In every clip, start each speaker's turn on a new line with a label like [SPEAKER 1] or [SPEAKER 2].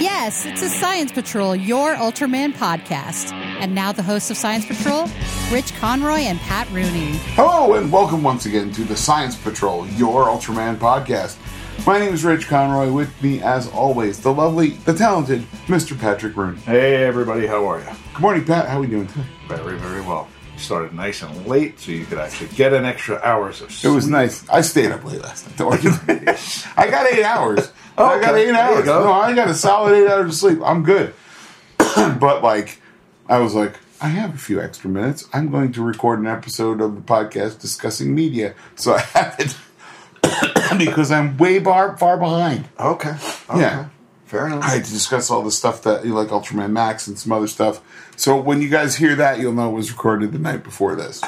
[SPEAKER 1] Yes, it's a Science Patrol, your Ultraman podcast. And now the hosts of Science Patrol, Rich Conroy and Pat Rooney.
[SPEAKER 2] Hello, and welcome once again to the Science Patrol, your Ultraman podcast. My name is Rich Conroy. With me, as always, the lovely, the talented Mr. Patrick Rooney.
[SPEAKER 3] Hey everybody, how are you?
[SPEAKER 2] Good morning, Pat. How are we doing today?
[SPEAKER 3] Very, very well. Started nice and late, so you could actually get an extra hours of
[SPEAKER 2] It
[SPEAKER 3] sleep.
[SPEAKER 2] was nice. I stayed up late last night. Don't worry. I got eight hours. I got
[SPEAKER 3] Oh, Okay,
[SPEAKER 2] eight
[SPEAKER 3] there you
[SPEAKER 2] hours.
[SPEAKER 3] go.
[SPEAKER 2] No, I got a solid eight hours of sleep. I'm good. but like, I was like, I have a few extra minutes. I'm going to record an episode of the podcast discussing media, so I have it because I'm way bar, far behind.
[SPEAKER 3] okay. okay.
[SPEAKER 2] Yeah.
[SPEAKER 3] Fair enough.
[SPEAKER 2] I had to discuss all the stuff that you like Ultraman Max and some other stuff. So when you guys hear that, you'll know it was recorded the night before this.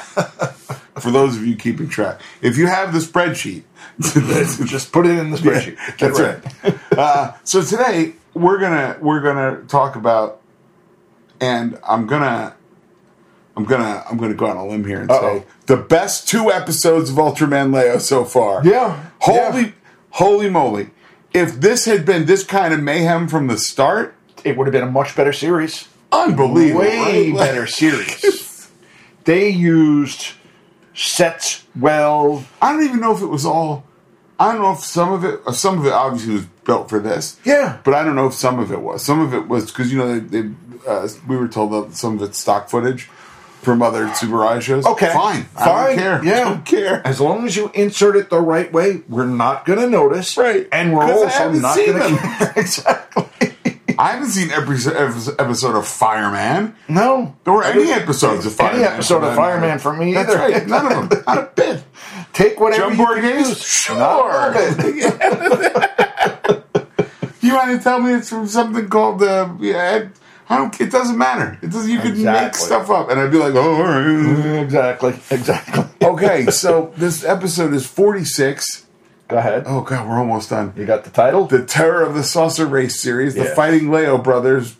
[SPEAKER 2] For those of you keeping track, if you have the spreadsheet,
[SPEAKER 3] Just put it in the spreadsheet. Get
[SPEAKER 2] that's
[SPEAKER 3] ready.
[SPEAKER 2] right. uh, so today we're gonna we're gonna talk about, and I'm gonna. I'm gonna I'm gonna go on a limb here and
[SPEAKER 3] Uh-oh.
[SPEAKER 2] say the best two episodes of Ultraman Leo so far.
[SPEAKER 3] Yeah,
[SPEAKER 2] holy
[SPEAKER 3] yeah.
[SPEAKER 2] holy moly! If this had been this kind of mayhem from the start,
[SPEAKER 3] It would have been a much better series.
[SPEAKER 2] unbelievable,
[SPEAKER 3] Way
[SPEAKER 2] right? Like-
[SPEAKER 3] better series. they used sets well.
[SPEAKER 2] I don't even know if it was all. I don't know if some of it, uh, some of it obviously was built for this.
[SPEAKER 3] Yeah.
[SPEAKER 2] But I don't know if some of it was. Some of it was because you know they, they uh, we were told that some of it's stock footage from other Tsuburaya shows.
[SPEAKER 3] Okay.
[SPEAKER 2] fine, I don't
[SPEAKER 3] Fine.
[SPEAKER 2] care.
[SPEAKER 3] Yeah.
[SPEAKER 2] don't care.
[SPEAKER 3] As long as you insert it the right way, we're not going to notice.
[SPEAKER 2] Right.
[SPEAKER 3] And we're
[SPEAKER 2] 'Cause I
[SPEAKER 3] also
[SPEAKER 2] haven't
[SPEAKER 3] not
[SPEAKER 2] seen them.
[SPEAKER 3] going to. exactly.
[SPEAKER 2] I haven't seen every s- ev- episode of Fireman
[SPEAKER 3] No.
[SPEAKER 2] or any episodes of Fireman.
[SPEAKER 3] Any episode
[SPEAKER 2] for
[SPEAKER 3] of
[SPEAKER 2] that matter.
[SPEAKER 3] Fireman for me
[SPEAKER 2] That's
[SPEAKER 3] either.
[SPEAKER 2] right. None of them. Not a bit.
[SPEAKER 3] Take whatever
[SPEAKER 2] Jump
[SPEAKER 3] you
[SPEAKER 2] board
[SPEAKER 3] can
[SPEAKER 2] games?
[SPEAKER 3] use.
[SPEAKER 2] Sure.
[SPEAKER 3] Not all of it.
[SPEAKER 2] You want to tell me it's from something called uh, yeah, I don't. It doesn't matter. It doesn't. You could make
[SPEAKER 3] Exactly.
[SPEAKER 2] stuff up, and I'd be like, oh, all right.
[SPEAKER 3] Exactly. Exactly.
[SPEAKER 2] okay. So this episode is forty six.
[SPEAKER 3] Go ahead.
[SPEAKER 2] Oh god, we're almost done.
[SPEAKER 3] You got the title?
[SPEAKER 2] The Terror of the Saucer Race series, the
[SPEAKER 3] Yeah.
[SPEAKER 2] Fighting Leo Brothers,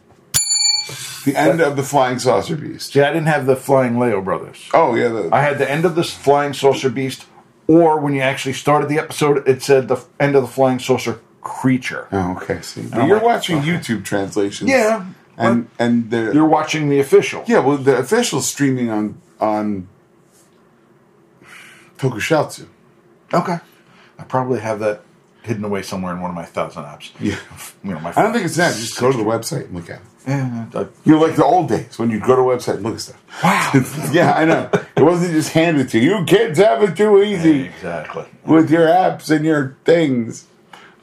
[SPEAKER 2] the end of the Flying Saucer Beast.
[SPEAKER 3] See, I didn't have the Flying Leo Brothers.
[SPEAKER 2] Oh yeah, the,
[SPEAKER 3] I had the end of the Flying Saucer Beast, or when you actually started the episode, it said the f- end of the Flying Saucer Creature.
[SPEAKER 2] oh, okay. See, but you're
[SPEAKER 3] like-
[SPEAKER 2] watching YouTube translations.
[SPEAKER 3] Yeah,
[SPEAKER 2] and and they're
[SPEAKER 3] You're watching the official.
[SPEAKER 2] yeah. Well, the official streaming on on Tokusatsu.
[SPEAKER 3] Okay. I probably have that hidden away somewhere in one of my thousand apps.
[SPEAKER 2] Yeah.
[SPEAKER 3] You know, my
[SPEAKER 2] I don't think it's that. Just go to the website and look at it.
[SPEAKER 3] Yeah, I-
[SPEAKER 2] You're like the old days when you'd go to a website and look at stuff. Wow. yeah, I know. It wasn't just handed to you. You kids have it too easy.
[SPEAKER 3] exactly.
[SPEAKER 2] with your apps and your things.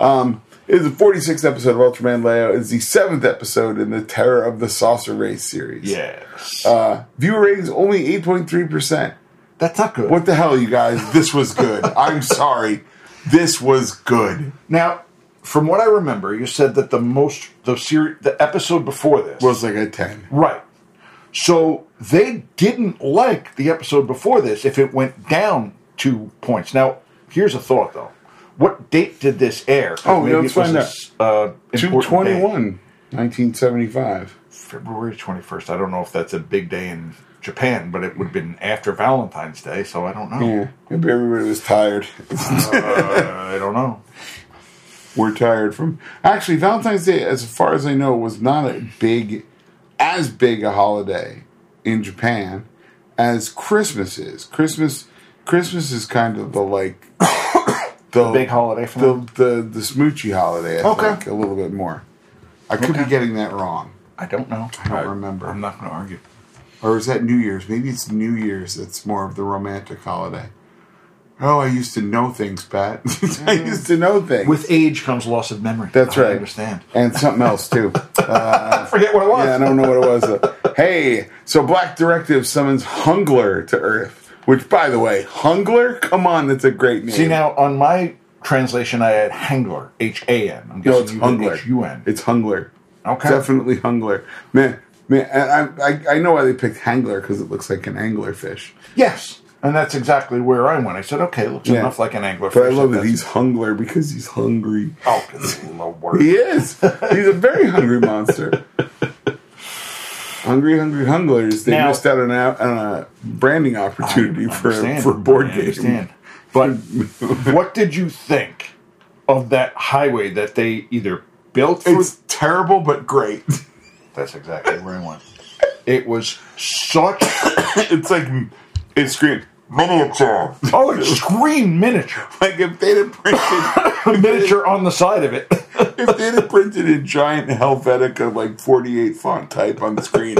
[SPEAKER 2] Um, it is the 46th episode of Ultraman Leo. It's the seventh episode in the Terror of the Saucer Race series.
[SPEAKER 3] Yes.
[SPEAKER 2] Uh, viewer ratings only 8.3%.
[SPEAKER 3] That's not good.
[SPEAKER 2] What the hell, you guys? This was good. I'm sorry. This was good.
[SPEAKER 3] Now, from what I remember, you said that the most the series the episode before this
[SPEAKER 2] Was like a 10.
[SPEAKER 3] right. So they didn't like the episode before this if it went down two points. Now, here's a thought though. What date did this air? 'Cause
[SPEAKER 2] Oh, yeah,
[SPEAKER 3] maybe
[SPEAKER 2] let's
[SPEAKER 3] it was
[SPEAKER 2] find
[SPEAKER 3] a
[SPEAKER 2] out.
[SPEAKER 3] s- Uh, important day.
[SPEAKER 2] 221, 1975.
[SPEAKER 3] February 21st. I don't know if that's a big day in Japan, but it would have been after Valentine's Day, so I don't know.
[SPEAKER 2] Yeah, maybe everybody was tired.
[SPEAKER 3] Uh, I don't know.
[SPEAKER 2] We're tired from. Actually, Valentine's Day, as far as I know, was not a big, as big a holiday in Japan as Christmas is. Christmas, Christmas is kind of the like the,
[SPEAKER 3] Big holiday for
[SPEAKER 2] the
[SPEAKER 3] them.
[SPEAKER 2] the the smoochy holiday. I
[SPEAKER 3] Okay.
[SPEAKER 2] think, a little bit more. I could be getting that wrong,
[SPEAKER 3] I don't know.
[SPEAKER 2] I don't remember.
[SPEAKER 3] I'm not going to argue.
[SPEAKER 2] or is that New Year's? Maybe it's New Year's. That's more of the romantic holiday. Oh, I used to know things, Pat. I used to know things.
[SPEAKER 3] Mm-hmm. With age comes loss of memory.
[SPEAKER 2] That's
[SPEAKER 3] I
[SPEAKER 2] right.
[SPEAKER 3] understand.
[SPEAKER 2] and something else too.
[SPEAKER 3] I forget what it was.
[SPEAKER 2] Yeah, I don't know what it was. though. hey, so Black Directive summons Hungler to Earth, which, by the way, Hungler, come on, that's a great name.
[SPEAKER 3] See now on my translation, I had Hangler, H A N. I'm
[SPEAKER 2] no, it's
[SPEAKER 3] you did
[SPEAKER 2] Hungler.
[SPEAKER 3] H-U-N.
[SPEAKER 2] It's Hungler.
[SPEAKER 3] Okay.
[SPEAKER 2] definitely Hungler. Man, man, I, I, I know why they picked Hangler because it looks like an anglerfish.
[SPEAKER 3] yes, and that's exactly where I went. I said, okay, looks
[SPEAKER 2] Yeah.
[SPEAKER 3] enough like an angler.
[SPEAKER 2] But I love that he's Hungler because he's hungry.
[SPEAKER 3] oh, good lord.
[SPEAKER 2] He is. He's a very hungry monster. Hungry, hungry hunglers. They
[SPEAKER 3] Now-
[SPEAKER 2] missed out on a, on a branding opportunity
[SPEAKER 3] I
[SPEAKER 2] for
[SPEAKER 3] understand.
[SPEAKER 2] for board
[SPEAKER 3] I
[SPEAKER 2] game.
[SPEAKER 3] understand. But what did you think of that highway that they either built for
[SPEAKER 2] It's terrible but great.
[SPEAKER 3] That's exactly where I went. It was such.
[SPEAKER 2] it's like it screamed miniature.
[SPEAKER 3] Oh, it's screen miniature.
[SPEAKER 2] Like if they'd have printed
[SPEAKER 3] Miniature on the side of it.
[SPEAKER 2] if they'd have printed in giant Helvetica like forty eight font type on the screen.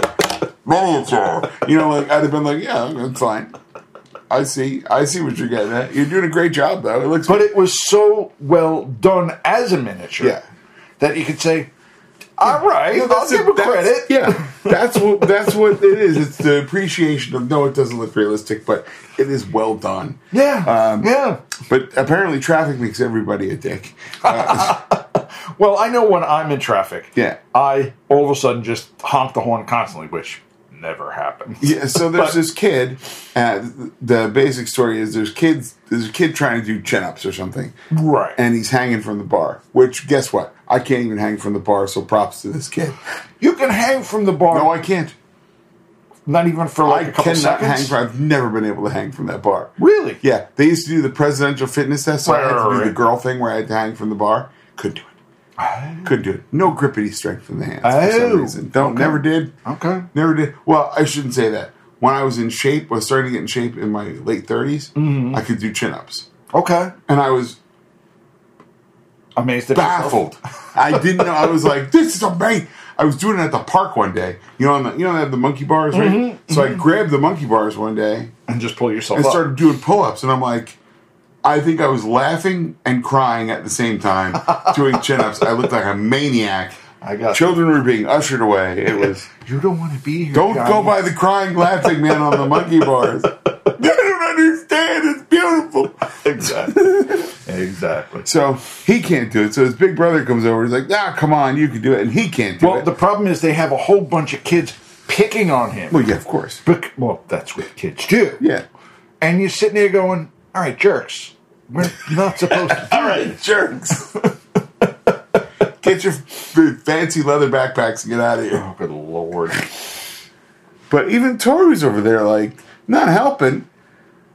[SPEAKER 2] miniature. You know, like I'd have been like, Yeah, that's fine. I see. I see what you're getting at. You're doing a great job though. It looks
[SPEAKER 3] But it was so well done as a miniature
[SPEAKER 2] Yeah.
[SPEAKER 3] that you could say, all right,
[SPEAKER 2] No,
[SPEAKER 3] I'll
[SPEAKER 2] that's
[SPEAKER 3] give
[SPEAKER 2] it.
[SPEAKER 3] him
[SPEAKER 2] That's-
[SPEAKER 3] credit.
[SPEAKER 2] Yeah, that's what that's what it is. It's the appreciation of no, it doesn't look realistic, but it is well done.
[SPEAKER 3] Yeah.
[SPEAKER 2] Um,
[SPEAKER 3] yeah.
[SPEAKER 2] But apparently, traffic makes everybody a dick.
[SPEAKER 3] Well, I know when I'm in traffic,
[SPEAKER 2] Yeah.
[SPEAKER 3] I all of a sudden just honk the horn constantly, which never happens.
[SPEAKER 2] Yeah, so there's
[SPEAKER 3] But-
[SPEAKER 2] this kid. Uh, the basic story is there's kids. There's a kid trying to do chin ups or something,
[SPEAKER 3] Right.
[SPEAKER 2] and he's hanging from the bar. Which guess what? I can't even hang from the bar. So props to this kid.
[SPEAKER 3] you can hang from the bar,
[SPEAKER 2] No, I can't.
[SPEAKER 3] not even for like a
[SPEAKER 2] I
[SPEAKER 3] couple
[SPEAKER 2] cannot hang
[SPEAKER 3] seconds.
[SPEAKER 2] from. I've never been able to hang from that bar.
[SPEAKER 3] really?
[SPEAKER 2] Yeah, they used to do the presidential fitness test. So I had to do
[SPEAKER 3] Right.
[SPEAKER 2] the girl thing where I had to hang from the bar. Couldn't do it. Couldn't do it. No grippity strength in the hands for
[SPEAKER 3] Oh,
[SPEAKER 2] some reason. Don't never did.
[SPEAKER 3] Okay.
[SPEAKER 2] Never did. Well, I shouldn't say that. When I was in shape, I was starting to get in shape in my late 30s.
[SPEAKER 3] Mm-hmm.
[SPEAKER 2] I could do chin ups,
[SPEAKER 3] Okay.
[SPEAKER 2] and I was
[SPEAKER 3] Amazed at
[SPEAKER 2] baffled.
[SPEAKER 3] yourself.
[SPEAKER 2] I didn't know. I was like, "This is amazing." I was doing it at the park one day. You know, on the, you know, they have the monkey bars, right?
[SPEAKER 3] Mm-hmm.
[SPEAKER 2] So I grabbed the monkey bars one day
[SPEAKER 3] And just pull yourself
[SPEAKER 2] and
[SPEAKER 3] up.
[SPEAKER 2] started doing pull ups. And I'm like, I think I was laughing and crying at the same time doing chin ups. I looked like a maniac.
[SPEAKER 3] I got
[SPEAKER 2] Children were being ushered away. It was,
[SPEAKER 3] You don't want to be here.
[SPEAKER 2] don't
[SPEAKER 3] Johnny.
[SPEAKER 2] go by the crying, laughing man on the monkey bars. They don't understand. It's beautiful.
[SPEAKER 3] Exactly. exactly.
[SPEAKER 2] So he can't do it. So his big brother comes over. He's like, ah, come on, you can do it. And he can't do
[SPEAKER 3] Well,
[SPEAKER 2] it.
[SPEAKER 3] the problem is they have a whole bunch of kids picking on him.
[SPEAKER 2] well, yeah, of course.
[SPEAKER 3] Bec- well, that's what kids do.
[SPEAKER 2] Yeah.
[SPEAKER 3] And you're sitting there going, all right, jerks. We're not supposed to.
[SPEAKER 2] All right, jerks. Get your f- fancy leather backpacks and get out of here.
[SPEAKER 3] Oh, good lord.
[SPEAKER 2] But even Toru's over there, like not helping,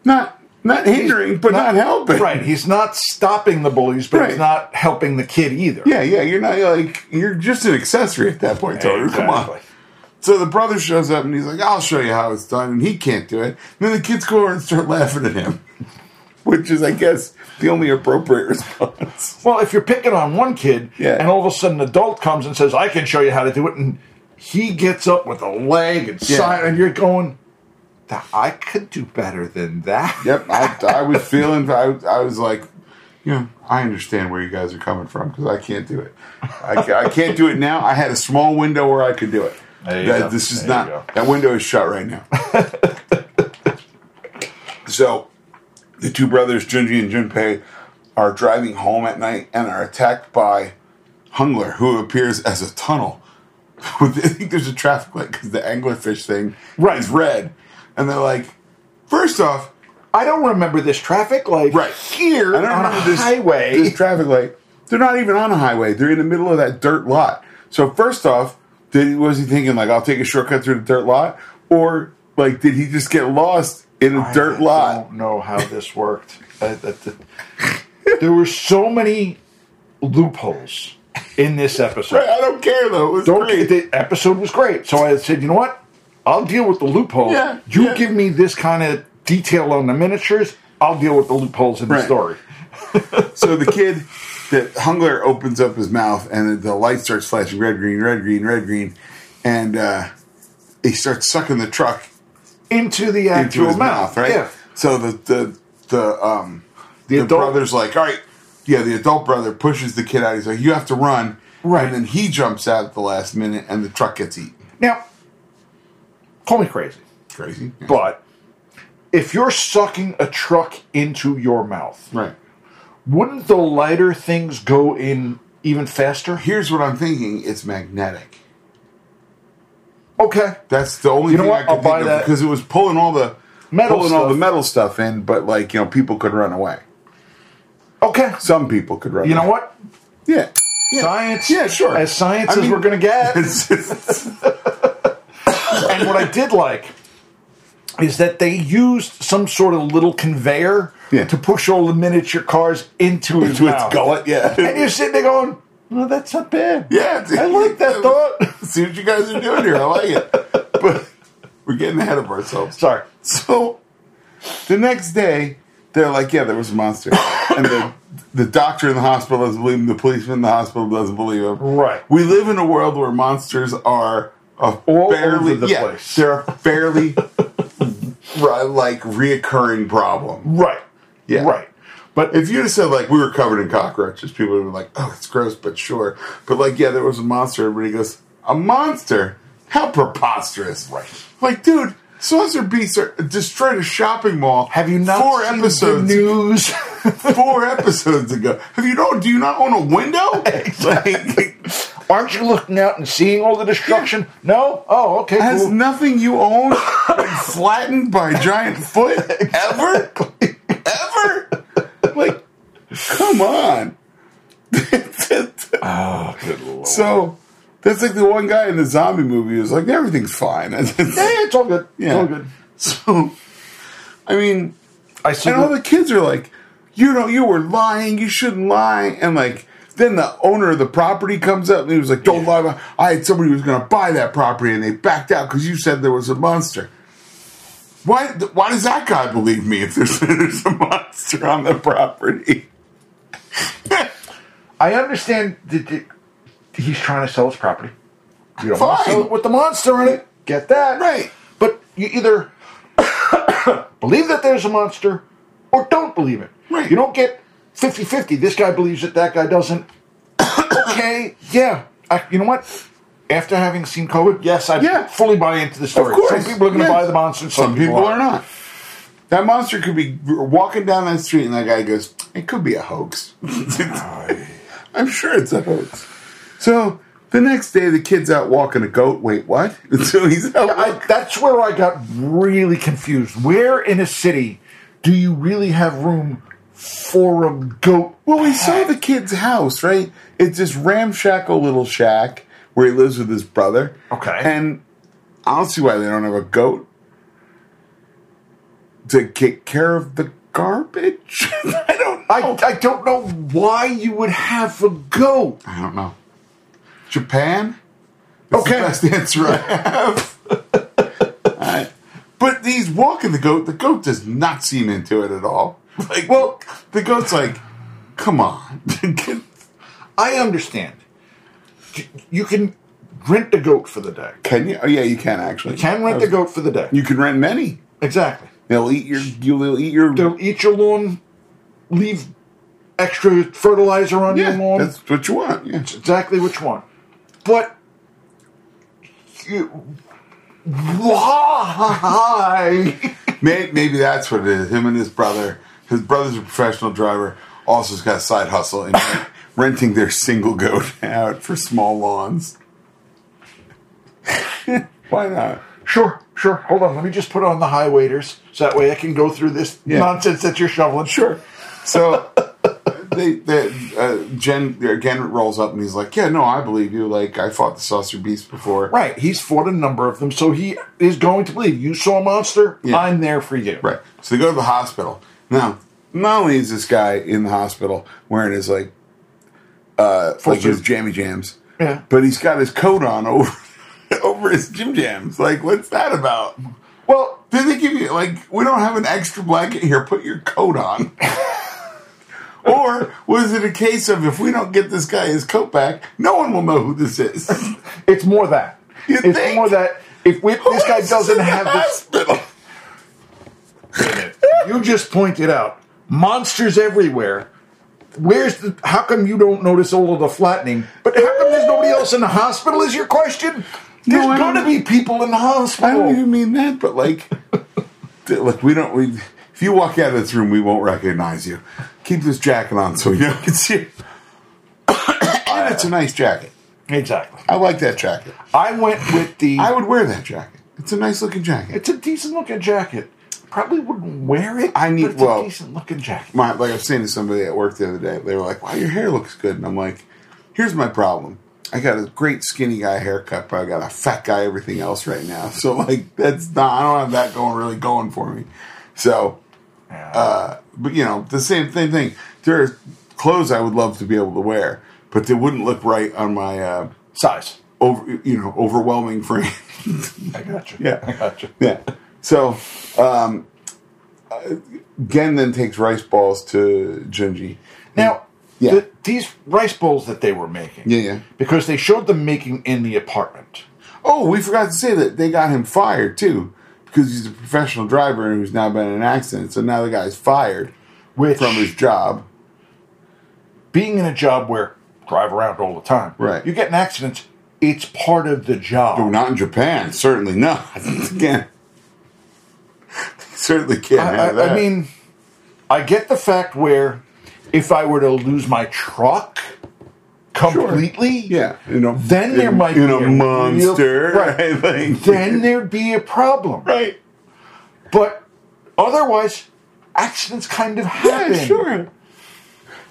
[SPEAKER 2] not not hindering, but not, helping.
[SPEAKER 3] Right. He's not stopping the bullies, but he's
[SPEAKER 2] Right.
[SPEAKER 3] not helping the kid either.
[SPEAKER 2] Yeah, yeah. You're not you're like you're just an accessory at that point, Toru. Come on.
[SPEAKER 3] Exactly.
[SPEAKER 2] So the brother shows up and he's like, "I'll show you how it's done," and he can't do it. And then the kids go over and start laughing at him, which is, I guess, the only appropriate response.
[SPEAKER 3] Well, if you're picking on one kid,
[SPEAKER 2] Yeah.
[SPEAKER 3] and all of a sudden an adult comes and says, I can show you how to do it, and he gets up with a leg and
[SPEAKER 2] Yeah.
[SPEAKER 3] side, and you're going, "Th- I could do better than that.
[SPEAKER 2] Yep, I, I was feeling. I, was- I was like, you know, I understand where you guys are coming from because I can't do it. I, ca- I can't do it now. I had a small window where I could do it.
[SPEAKER 3] There you
[SPEAKER 2] That-
[SPEAKER 3] go.
[SPEAKER 2] This is
[SPEAKER 3] There you
[SPEAKER 2] not
[SPEAKER 3] go.
[SPEAKER 2] that window is shut right now. so, the two brothers Junji and Junpei are driving home at night and are attacked by Hungler, who appears as a tunnel. I think there's a traffic light because the anglerfish thing
[SPEAKER 3] Right.
[SPEAKER 2] is red, and they're like, first off.
[SPEAKER 3] I don't remember this traffic light
[SPEAKER 2] Right.
[SPEAKER 3] here
[SPEAKER 2] I don't
[SPEAKER 3] on a
[SPEAKER 2] remember this
[SPEAKER 3] highway.
[SPEAKER 2] This traffic light. They're not even on a highway. They're in the middle of that dirt lot. So first off, did was he thinking like I'll take a shortcut through the dirt lot, or like did he just get lost in a
[SPEAKER 3] I
[SPEAKER 2] dirt lot?
[SPEAKER 3] don't know how this worked. I- that- that- there were so many loopholes in this episode.
[SPEAKER 2] Right, I don't care though. It was
[SPEAKER 3] Don't
[SPEAKER 2] great.
[SPEAKER 3] the episode was great. So I said, you know what? I'll deal with the loophole.
[SPEAKER 2] Yeah,
[SPEAKER 3] you
[SPEAKER 2] yeah.
[SPEAKER 3] give me this kind of detail on the miniatures. I'll deal with the loopholes in
[SPEAKER 2] Right.
[SPEAKER 3] the story.
[SPEAKER 2] so the kid that Hungler opens up his mouth and the light starts flashing red, green, red, green, red, green, and uh, he starts sucking the truck
[SPEAKER 3] Into the
[SPEAKER 2] into
[SPEAKER 3] actual
[SPEAKER 2] his mouth, right?
[SPEAKER 3] Yeah.
[SPEAKER 2] So the the the um the,
[SPEAKER 3] adult-
[SPEAKER 2] brother's like, all right, yeah. The adult brother pushes the kid out. He's like, you have to run,
[SPEAKER 3] Right.
[SPEAKER 2] And then he jumps out at the last minute, and the truck gets eaten.
[SPEAKER 3] Now, call me crazy,
[SPEAKER 2] Crazy, Yeah.
[SPEAKER 3] but if you're sucking a truck into your mouth,
[SPEAKER 2] right?
[SPEAKER 3] wouldn't the lighter things go in even faster?
[SPEAKER 2] Here's what I'm thinking: it's magnetic.
[SPEAKER 3] Okay.
[SPEAKER 2] That's the only
[SPEAKER 3] You know
[SPEAKER 2] thing
[SPEAKER 3] what?
[SPEAKER 2] I could
[SPEAKER 3] I'll buy
[SPEAKER 2] think of
[SPEAKER 3] that.
[SPEAKER 2] because it was pulling all the
[SPEAKER 3] Metal
[SPEAKER 2] pulling all
[SPEAKER 3] stuff.
[SPEAKER 2] the metal stuff in, but like you know, people could run away.
[SPEAKER 3] Okay.
[SPEAKER 2] Some people could run.
[SPEAKER 3] You know
[SPEAKER 2] away.
[SPEAKER 3] what?
[SPEAKER 2] Yeah.
[SPEAKER 3] Science.
[SPEAKER 2] Yeah, sure.
[SPEAKER 3] As science
[SPEAKER 2] I
[SPEAKER 3] as
[SPEAKER 2] mean-
[SPEAKER 3] we're going to get.
[SPEAKER 2] It's-
[SPEAKER 3] And what I did like is that they used some sort of little conveyor
[SPEAKER 2] Yeah.
[SPEAKER 3] to push all the miniature cars into, his
[SPEAKER 2] to its
[SPEAKER 3] mouth.
[SPEAKER 2] gullet, yeah.
[SPEAKER 3] And you're sitting there going, Well, that's not bad.
[SPEAKER 2] Yeah,
[SPEAKER 3] I like that thought.
[SPEAKER 2] See what you guys are doing here. I like it. But we're getting ahead of ourselves.
[SPEAKER 3] Sorry.
[SPEAKER 2] So the next day, they're like, yeah, there was a monster. And the, the doctor in the hospital doesn't believe him. The policeman in the hospital doesn't believe him.
[SPEAKER 3] Right.
[SPEAKER 2] We live in a world where monsters are a
[SPEAKER 3] All
[SPEAKER 2] fairly,
[SPEAKER 3] over the
[SPEAKER 2] yeah,
[SPEAKER 3] place.
[SPEAKER 2] they're a fairly, ri- like, reoccurring problem.
[SPEAKER 3] Right.
[SPEAKER 2] Yeah.
[SPEAKER 3] Right. But
[SPEAKER 2] If you'd have said, like, we were covered in cockroaches, people would have been like, oh, it's gross, but sure. But, like, yeah, there was a monster. Everybody goes, a monster? How preposterous.
[SPEAKER 3] Right.
[SPEAKER 2] Like, dude, saucer beasts are destroyed a shopping mall.
[SPEAKER 3] have you not
[SPEAKER 2] four
[SPEAKER 3] seen
[SPEAKER 2] episodes?
[SPEAKER 3] the news?
[SPEAKER 2] four episodes ago. Have you not? Do you not own a window? Like,
[SPEAKER 3] Aren't you looking out and seeing all the destruction? No? Oh, okay.
[SPEAKER 2] has
[SPEAKER 3] cool.
[SPEAKER 2] nothing you own been flattened by a giant foot ever? ever? Like, come on. so that's like the one guy in the zombie movie who's like, everything's fine.
[SPEAKER 3] yeah, yeah, it's all good. It's all good.
[SPEAKER 2] So, I mean,
[SPEAKER 3] I see.
[SPEAKER 2] and all
[SPEAKER 3] the-
[SPEAKER 2] the kids are like, you know, you were lying. You shouldn't lie. And like, then the owner of the property comes up and he was like, don't lie. about- I had somebody who was going to buy that property and they backed out because you said there was a monster. Why? Why does that guy believe me if there's, there's a monster on the property?
[SPEAKER 3] I understand that that he's trying to sell his property. You don't want to
[SPEAKER 2] Fine.
[SPEAKER 3] sell it with the monster in it. Get that.
[SPEAKER 2] Right.
[SPEAKER 3] But you either believe that there's a monster or don't believe it.
[SPEAKER 2] Right.
[SPEAKER 3] You don't get 50 50. This guy believes it, that guy doesn't. okay, yeah. I, you know what? After having seen COVID, yes, I
[SPEAKER 2] Yeah.
[SPEAKER 3] fully buy into the story.
[SPEAKER 2] course,
[SPEAKER 3] Some people are going to
[SPEAKER 2] yeah.
[SPEAKER 3] buy the monster, and
[SPEAKER 2] Some people are not. That monster could be walking down that street, and that guy goes, "It could be a hoax." I'm sure it's a hoax. So the next day, the kid's out walking a goat. Wait, what? So he's out.
[SPEAKER 3] I, that's where I got really confused. Where in a city do you really have room for a goat?
[SPEAKER 2] well, we saw the kid's house, right? It's this ramshackle little shack where he lives with his brother.
[SPEAKER 3] Okay.
[SPEAKER 2] and I don't see why they don't have a goat to take care of the garbage. I don't know.
[SPEAKER 3] I, I don't know why you would have a goat.
[SPEAKER 2] I don't know. Japan? That's
[SPEAKER 3] Okay.
[SPEAKER 2] The best answer I have. I- but he's walking the goat. The goat does not seem into it at all. Like, well, the goat's like, come on.
[SPEAKER 3] I understand. Y- You can rent a goat for the day.
[SPEAKER 2] can you? Oh, yeah, you can actually.
[SPEAKER 3] You can rent the goat for the day.
[SPEAKER 2] You can rent many.
[SPEAKER 3] exactly.
[SPEAKER 2] They'll eat your. You'll eat your.
[SPEAKER 3] They'll eat your lawn, leave extra fertilizer on
[SPEAKER 2] yeah,
[SPEAKER 3] your lawn.
[SPEAKER 2] that's what you want. Yeah.
[SPEAKER 3] exactly which one. But you, why?
[SPEAKER 2] Maybe, maybe that's what it is. Him and his brother. His brother's a professional driver. Also, has got a side hustle in renting their single goat out for small lawns. Why not?
[SPEAKER 3] Sure, sure. Hold on. Let me just put on the high waiters so that way I can go through this
[SPEAKER 2] Yeah.
[SPEAKER 3] nonsense that you're shoveling.
[SPEAKER 2] Sure. So they, they uh, Jen again rolls up and he's like, "Yeah, no, I believe you. Like, I fought the saucer beast before.
[SPEAKER 3] Right. He's fought a number of them, so he is going to believe you saw a monster.
[SPEAKER 2] Yeah.
[SPEAKER 3] I'm there for you.
[SPEAKER 2] Right. So they go to the hospital. Now, not only is this guy in the hospital wearing his like, uh, like his
[SPEAKER 3] suit.
[SPEAKER 2] jammy jams,
[SPEAKER 3] Yeah.
[SPEAKER 2] but he's got his coat on over over his jim jams. Like, what's that about?
[SPEAKER 3] Well,
[SPEAKER 2] Did they give you like we don't have an extra blanket here? Put your coat on. or was it a case of if we don't get this guy his coat back, no one will know who this is?
[SPEAKER 3] it's more that.
[SPEAKER 2] You
[SPEAKER 3] it's
[SPEAKER 2] think?
[SPEAKER 3] more that if we,
[SPEAKER 2] Who
[SPEAKER 3] this guy
[SPEAKER 2] is in
[SPEAKER 3] doesn't
[SPEAKER 2] the
[SPEAKER 3] have this,
[SPEAKER 2] hospital.
[SPEAKER 3] you just pointed out monsters everywhere. Where's the? How come you don't notice all of the flattening? But how come there's nobody else in the hospital? Is your question?
[SPEAKER 2] No,
[SPEAKER 3] There's
[SPEAKER 2] I don't
[SPEAKER 3] going to be people in the hospital.
[SPEAKER 2] I don't even mean that, but like, th- like we don't. We if you walk out of this room, we won't recognize you. Keep this jacket on so you can see. it. and it's a nice jacket.
[SPEAKER 3] exactly.
[SPEAKER 2] I like that jacket.
[SPEAKER 3] I went with the.
[SPEAKER 2] I would wear that jacket. It's a nice looking jacket.
[SPEAKER 3] It's a decent looking jacket. Probably wouldn't wear it.
[SPEAKER 2] I need-
[SPEAKER 3] but it's
[SPEAKER 2] well-
[SPEAKER 3] a decent looking jacket.
[SPEAKER 2] My, like I was saying to somebody at work the other day, they were like, "Wow, your hair looks good," and I'm like, "Here's my problem. I got a great skinny guy haircut, but I got a fat guy everything else right now. So like, that's not. I don't have that going really going for me. So uh,
[SPEAKER 3] Yeah.
[SPEAKER 2] but you know the same same thing. There are clothes I would love to be able to wear, but they wouldn't look right on my uh,
[SPEAKER 3] Size.
[SPEAKER 2] over you know overwhelming frame.
[SPEAKER 3] I got you.
[SPEAKER 2] Yeah.
[SPEAKER 3] I got you.
[SPEAKER 2] yeah. So um, uh, Gen then takes rice balls to Junji.
[SPEAKER 3] Now,
[SPEAKER 2] Yeah.
[SPEAKER 3] the, these rice bowls that they were making,
[SPEAKER 2] Yeah, yeah.
[SPEAKER 3] because they showed them making in the apartment.
[SPEAKER 2] Oh, we forgot to say that they got him fired too because he's a professional driver and who's now been in an accident. So now the guy's fired
[SPEAKER 3] Which,
[SPEAKER 2] from his job.
[SPEAKER 3] being in a job where drive around all the time,
[SPEAKER 2] Right.
[SPEAKER 3] you get in accidents, it's part of the job.
[SPEAKER 2] Oh, not in Japan, certainly not. Again, certainly can't
[SPEAKER 3] I,
[SPEAKER 2] have
[SPEAKER 3] I-
[SPEAKER 2] that.
[SPEAKER 3] I mean, I get the fact where if I were to lose my truck completely,
[SPEAKER 2] yeah, you know,
[SPEAKER 3] Then there
[SPEAKER 2] in-
[SPEAKER 3] might
[SPEAKER 2] in
[SPEAKER 3] be
[SPEAKER 2] a,
[SPEAKER 3] a real-
[SPEAKER 2] monster,
[SPEAKER 3] right.
[SPEAKER 2] right? Like,
[SPEAKER 3] then there'd be a problem.
[SPEAKER 2] right?
[SPEAKER 3] But otherwise, accidents kind of happen.
[SPEAKER 2] Yeah, sure,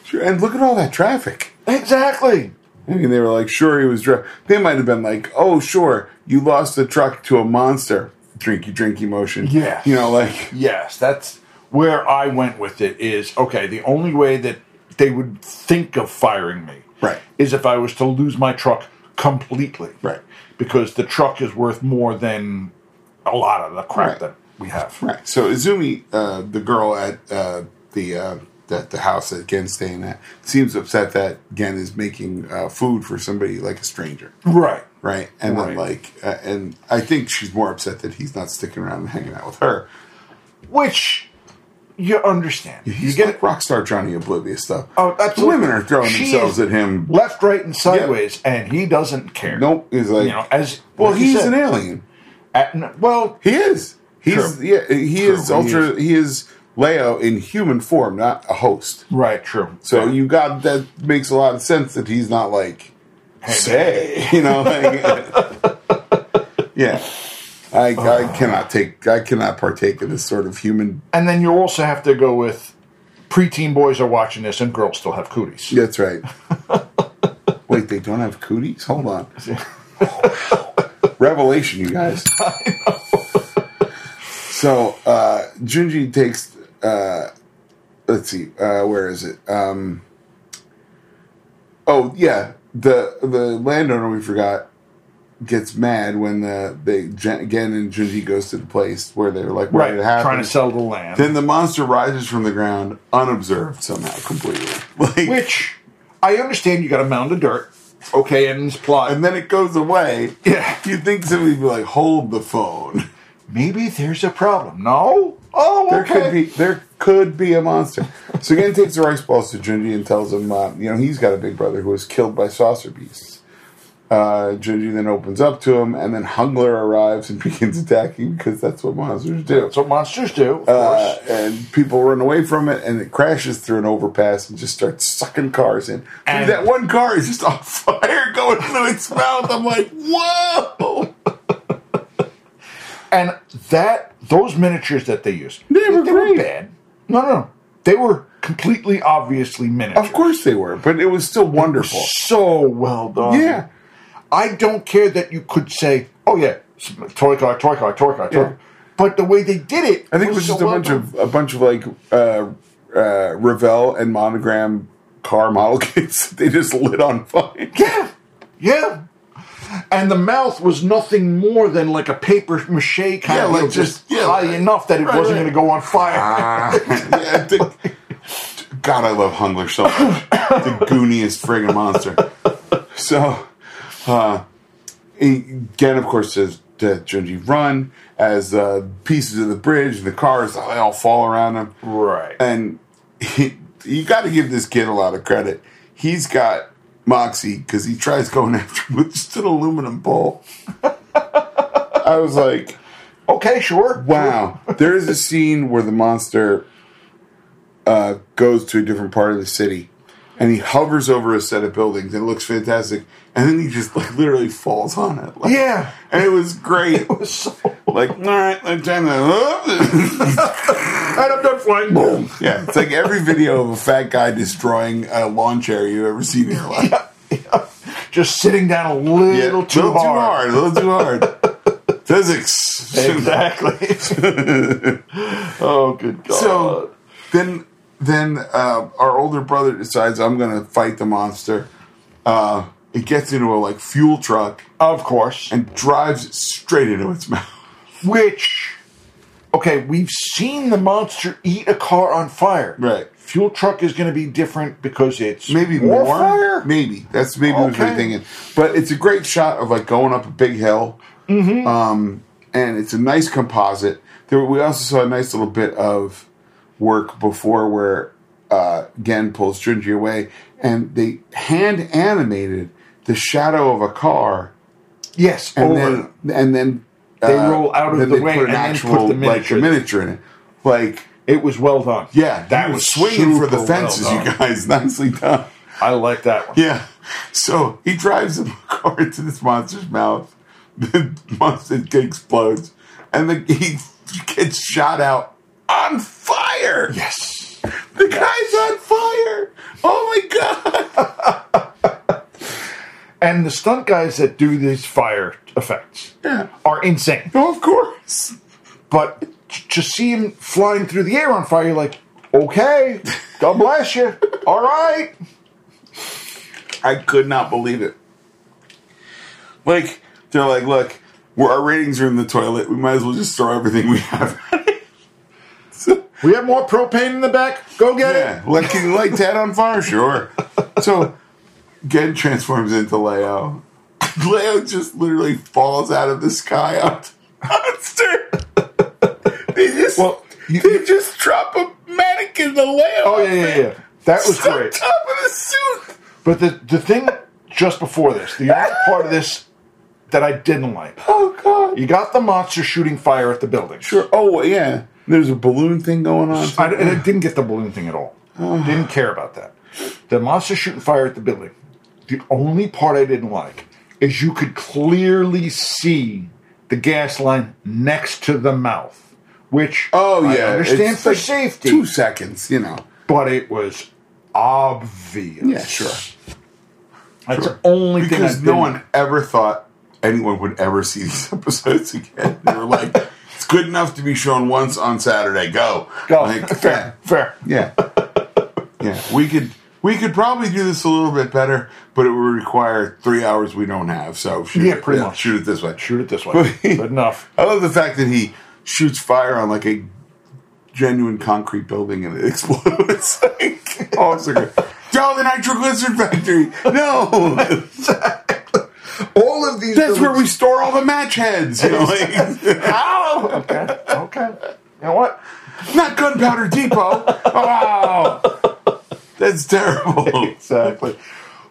[SPEAKER 2] sure. And look at all that traffic.
[SPEAKER 3] Exactly.
[SPEAKER 2] I mean, they were like, sure, he was drunk. They might have been like, oh, sure, you lost the truck to a monster. Drinky, drinky motion.
[SPEAKER 3] Yeah.
[SPEAKER 2] You know, like,
[SPEAKER 3] Yes, that's where I went with it is okay, the only way that they would think of firing me
[SPEAKER 2] Right.
[SPEAKER 3] is if I was to lose my truck completely.
[SPEAKER 2] Right.
[SPEAKER 3] Because the truck is worth more than a lot of the crap
[SPEAKER 2] Right.
[SPEAKER 3] that we have.
[SPEAKER 2] right. So Izumi, uh, the girl at uh, the uh, that the house that Gen's staying at, seems upset that Gen is making uh, food for somebody like a stranger.
[SPEAKER 3] Right.
[SPEAKER 2] Right. And then,
[SPEAKER 3] Right.
[SPEAKER 2] like, uh, and I think she's more upset that he's not sticking around and hanging out with her.
[SPEAKER 3] Which you understand.
[SPEAKER 2] He's
[SPEAKER 3] You
[SPEAKER 2] you
[SPEAKER 3] get
[SPEAKER 2] like
[SPEAKER 3] it
[SPEAKER 2] rock star Johnny Oblivious stuff.
[SPEAKER 3] Oh, absolutely.
[SPEAKER 2] Women are throwing
[SPEAKER 3] She
[SPEAKER 2] themselves
[SPEAKER 3] is-
[SPEAKER 2] at him.
[SPEAKER 3] left, right, and sideways, and he doesn't care.
[SPEAKER 2] Nope. He's like,
[SPEAKER 3] You know, as
[SPEAKER 2] well,
[SPEAKER 3] like you
[SPEAKER 2] he's
[SPEAKER 3] said,
[SPEAKER 2] an alien.
[SPEAKER 3] at- n- well,
[SPEAKER 2] He is. He's
[SPEAKER 3] True.
[SPEAKER 2] yeah. He is
[SPEAKER 3] True, he
[SPEAKER 2] ultra. He is. Leo in human form, not a host.
[SPEAKER 3] right, true.
[SPEAKER 2] So you got that makes a lot of sense that he's not like say you know. Like, yeah, I
[SPEAKER 3] Uh.
[SPEAKER 2] I cannot take I cannot partake in this sort of human.
[SPEAKER 3] And then you also have to go with preteen boys are watching this and girls still have cooties.
[SPEAKER 2] That's right. Wait, they don't have cooties. Hold on. Revelation, you guys. so uh, Junji takes. Uh, let's see, uh, where is it? Um, oh yeah, the the landowner we forgot gets mad when the they Gen Gen and Junji goes to the place where they're like where
[SPEAKER 3] Right.
[SPEAKER 2] it happened.
[SPEAKER 3] Trying to sell the land.
[SPEAKER 2] Then the monster rises from the ground unobserved somehow completely. Like
[SPEAKER 3] which I understand you got a mound of dirt. Okay, and this plot.
[SPEAKER 2] and then it goes away.
[SPEAKER 3] Yeah.
[SPEAKER 2] You'd think somebody'd be like, hold the phone.
[SPEAKER 3] Maybe there's a problem. No? Oh,
[SPEAKER 2] There
[SPEAKER 3] okay.
[SPEAKER 2] could be there could be a monster. So again takes the rice balls to Junji and tells him, uh, you know, he's got a big brother who was killed by saucer beasts. Uh, Junji then opens up to him, and then Hungler arrives and begins attacking because that's what monsters do.
[SPEAKER 3] That's what monsters do, of
[SPEAKER 2] Uh,
[SPEAKER 3] course.
[SPEAKER 2] and people run away from it, and it crashes through an overpass and just starts sucking cars in. And
[SPEAKER 3] And-
[SPEAKER 2] that one car is just on fire going into its mouth. I'm like, whoa!
[SPEAKER 3] And that those miniatures that they used,
[SPEAKER 2] They were great.
[SPEAKER 3] bad. No, no, no. They were completely, obviously miniatures.
[SPEAKER 2] Of course they were, but it was still wonderful.
[SPEAKER 3] So well done.
[SPEAKER 2] Yeah.
[SPEAKER 3] I don't care that you could say, "Oh yeah, s- toy car, toy car, toy car, toy."
[SPEAKER 2] Yeah.
[SPEAKER 3] car. But the way they did it,
[SPEAKER 2] I think it was just
[SPEAKER 3] so
[SPEAKER 2] a
[SPEAKER 3] well
[SPEAKER 2] bunch
[SPEAKER 3] done.
[SPEAKER 2] of a bunch of like uh, uh, Revell and monogram car model kits. that They just lit on fire.
[SPEAKER 3] yeah, yeah. And the mouth was nothing more than like a paper mache kind
[SPEAKER 2] Yeah,
[SPEAKER 3] of
[SPEAKER 2] like
[SPEAKER 3] deal,
[SPEAKER 2] just-
[SPEAKER 3] just,
[SPEAKER 2] yeah,
[SPEAKER 3] high
[SPEAKER 2] like-
[SPEAKER 3] enough that it
[SPEAKER 2] right,
[SPEAKER 3] wasn't
[SPEAKER 2] right.
[SPEAKER 3] going to go on fire.
[SPEAKER 2] Ah, yeah, I think- God, I love Hungler so much. The gooniest friggin' monster. So, uh, again, of course, says to Junji, run as uh, pieces of the bridge and the cars, they all fall around him.
[SPEAKER 3] Right.
[SPEAKER 2] And he, you got to give this kid a lot of credit. He's got moxie because he tries going after him with just an aluminum bowl. I was like,
[SPEAKER 3] okay, sure.
[SPEAKER 2] Wow. there is a scene where the monster uh, goes to a different part of the city and he hovers over a set of buildings and it looks fantastic. And then he just like literally falls on it. Like,
[SPEAKER 3] Yeah.
[SPEAKER 2] And it was great.
[SPEAKER 3] So,
[SPEAKER 2] like, all right, I'm time to.
[SPEAKER 3] and I'm done flying. Boom.
[SPEAKER 2] yeah. It's like every video of a fat guy destroying a lawn chair you've ever seen in your life.
[SPEAKER 3] Just sitting down a little
[SPEAKER 2] Yeah,
[SPEAKER 3] too
[SPEAKER 2] little
[SPEAKER 3] hard.
[SPEAKER 2] A little too hard. Physics.
[SPEAKER 3] Exactly. oh, good God.
[SPEAKER 2] So then, then uh, our older brother decides I'm going to fight the monster, uh, it gets into a like fuel truck
[SPEAKER 3] Of course.
[SPEAKER 2] and drives it straight into its mouth.
[SPEAKER 3] Which, okay, we've seen the monster eat a car on fire.
[SPEAKER 2] Right.
[SPEAKER 3] Fuel truck is going to be different because it's
[SPEAKER 2] Maybe
[SPEAKER 3] war
[SPEAKER 2] more.
[SPEAKER 3] fire.
[SPEAKER 2] Maybe that's maybe what
[SPEAKER 3] Okay.
[SPEAKER 2] I'm thinking. But it's a great shot of like going up a big hill,
[SPEAKER 3] Mm-hmm.
[SPEAKER 2] um, and it's a nice composite. There, we also saw a nice little bit of work before where uh, Gen pulls Junji away, and they hand animated the shadow of a car,
[SPEAKER 3] Yes.
[SPEAKER 2] and
[SPEAKER 3] over.
[SPEAKER 2] then and then uh,
[SPEAKER 3] They roll out of
[SPEAKER 2] then
[SPEAKER 3] the
[SPEAKER 2] they
[SPEAKER 3] way
[SPEAKER 2] put an
[SPEAKER 3] and then
[SPEAKER 2] actual
[SPEAKER 3] put the
[SPEAKER 2] like a
[SPEAKER 3] miniature.
[SPEAKER 2] miniature in it, like.
[SPEAKER 3] it was well done.
[SPEAKER 2] Yeah, that
[SPEAKER 3] You
[SPEAKER 2] was
[SPEAKER 3] were
[SPEAKER 2] swinging for the
[SPEAKER 3] super
[SPEAKER 2] fences,
[SPEAKER 3] well
[SPEAKER 2] you
[SPEAKER 3] done.
[SPEAKER 2] guys. Nicely done.
[SPEAKER 3] I like that one.
[SPEAKER 2] Yeah. So he drives the car into this monster's mouth. The monster explodes, and the, he gets shot out on fire.
[SPEAKER 3] Yes.
[SPEAKER 2] The guy's on fire. Oh my god!
[SPEAKER 3] And the stunt guys that do these fire effects
[SPEAKER 2] Yeah.
[SPEAKER 3] are insane.
[SPEAKER 2] Oh, of course.
[SPEAKER 3] But t- to see him flying through the air on fire, you're like, okay, God bless you. All right.
[SPEAKER 2] I could not believe it. Like they're like, look, we our ratings are in the toilet. We might as well just throw everything we have.
[SPEAKER 3] We have more propane in the back. Go get it.
[SPEAKER 2] Yeah, like you light that on fire, sure. So Gen transforms into Leo. Leo just literally falls out of the sky on the monster. They just,
[SPEAKER 3] Well, you-
[SPEAKER 2] they just drop a mannequin to Leo.
[SPEAKER 3] Oh yeah, yeah, yeah. That was
[SPEAKER 2] on
[SPEAKER 3] great.
[SPEAKER 2] top of the suit.
[SPEAKER 3] But the the thing just before this, the only part of this that I didn't like,
[SPEAKER 2] Oh god.
[SPEAKER 3] you got the monster shooting fire at the building.
[SPEAKER 2] Sure. Oh yeah. There's a balloon thing going on.
[SPEAKER 3] I, and I didn't get the balloon thing at all.
[SPEAKER 2] Ah.
[SPEAKER 3] didn't care about that. The monster shooting fire at the building. The only part I didn't like is you could clearly see the gas line next to the mouth, which
[SPEAKER 2] oh yeah.
[SPEAKER 3] I understand
[SPEAKER 2] It's
[SPEAKER 3] for
[SPEAKER 2] like
[SPEAKER 3] safety,
[SPEAKER 2] Two seconds, you know.
[SPEAKER 3] but it was obvious.
[SPEAKER 2] Yeah, sure.
[SPEAKER 3] That's the only thing I
[SPEAKER 2] because no
[SPEAKER 3] didn't-
[SPEAKER 2] one ever thought anyone would ever see these episodes again. They were like, it's good enough to be shown once on Saturday. Go,
[SPEAKER 3] Go.
[SPEAKER 2] Like,
[SPEAKER 3] fair, fair.
[SPEAKER 2] yeah, yeah. Yeah. We could we could probably do this a little bit better, but it would require three hours we don't have. So shoot,
[SPEAKER 3] Yeah, pretty much.
[SPEAKER 2] Shoot it this way.
[SPEAKER 3] Shoot it this way. But enough.
[SPEAKER 2] I love the fact that he shoots fire on like a genuine concrete building and it explodes. like, oh, it's like, down the nitroglycerin factory. No.
[SPEAKER 3] All of these.
[SPEAKER 2] That's where we store all the match heads. You know, like,
[SPEAKER 3] Ow! Okay. Okay. You know what?
[SPEAKER 2] not Gunpowder Depot. Oh, that's terrible.
[SPEAKER 3] Exactly.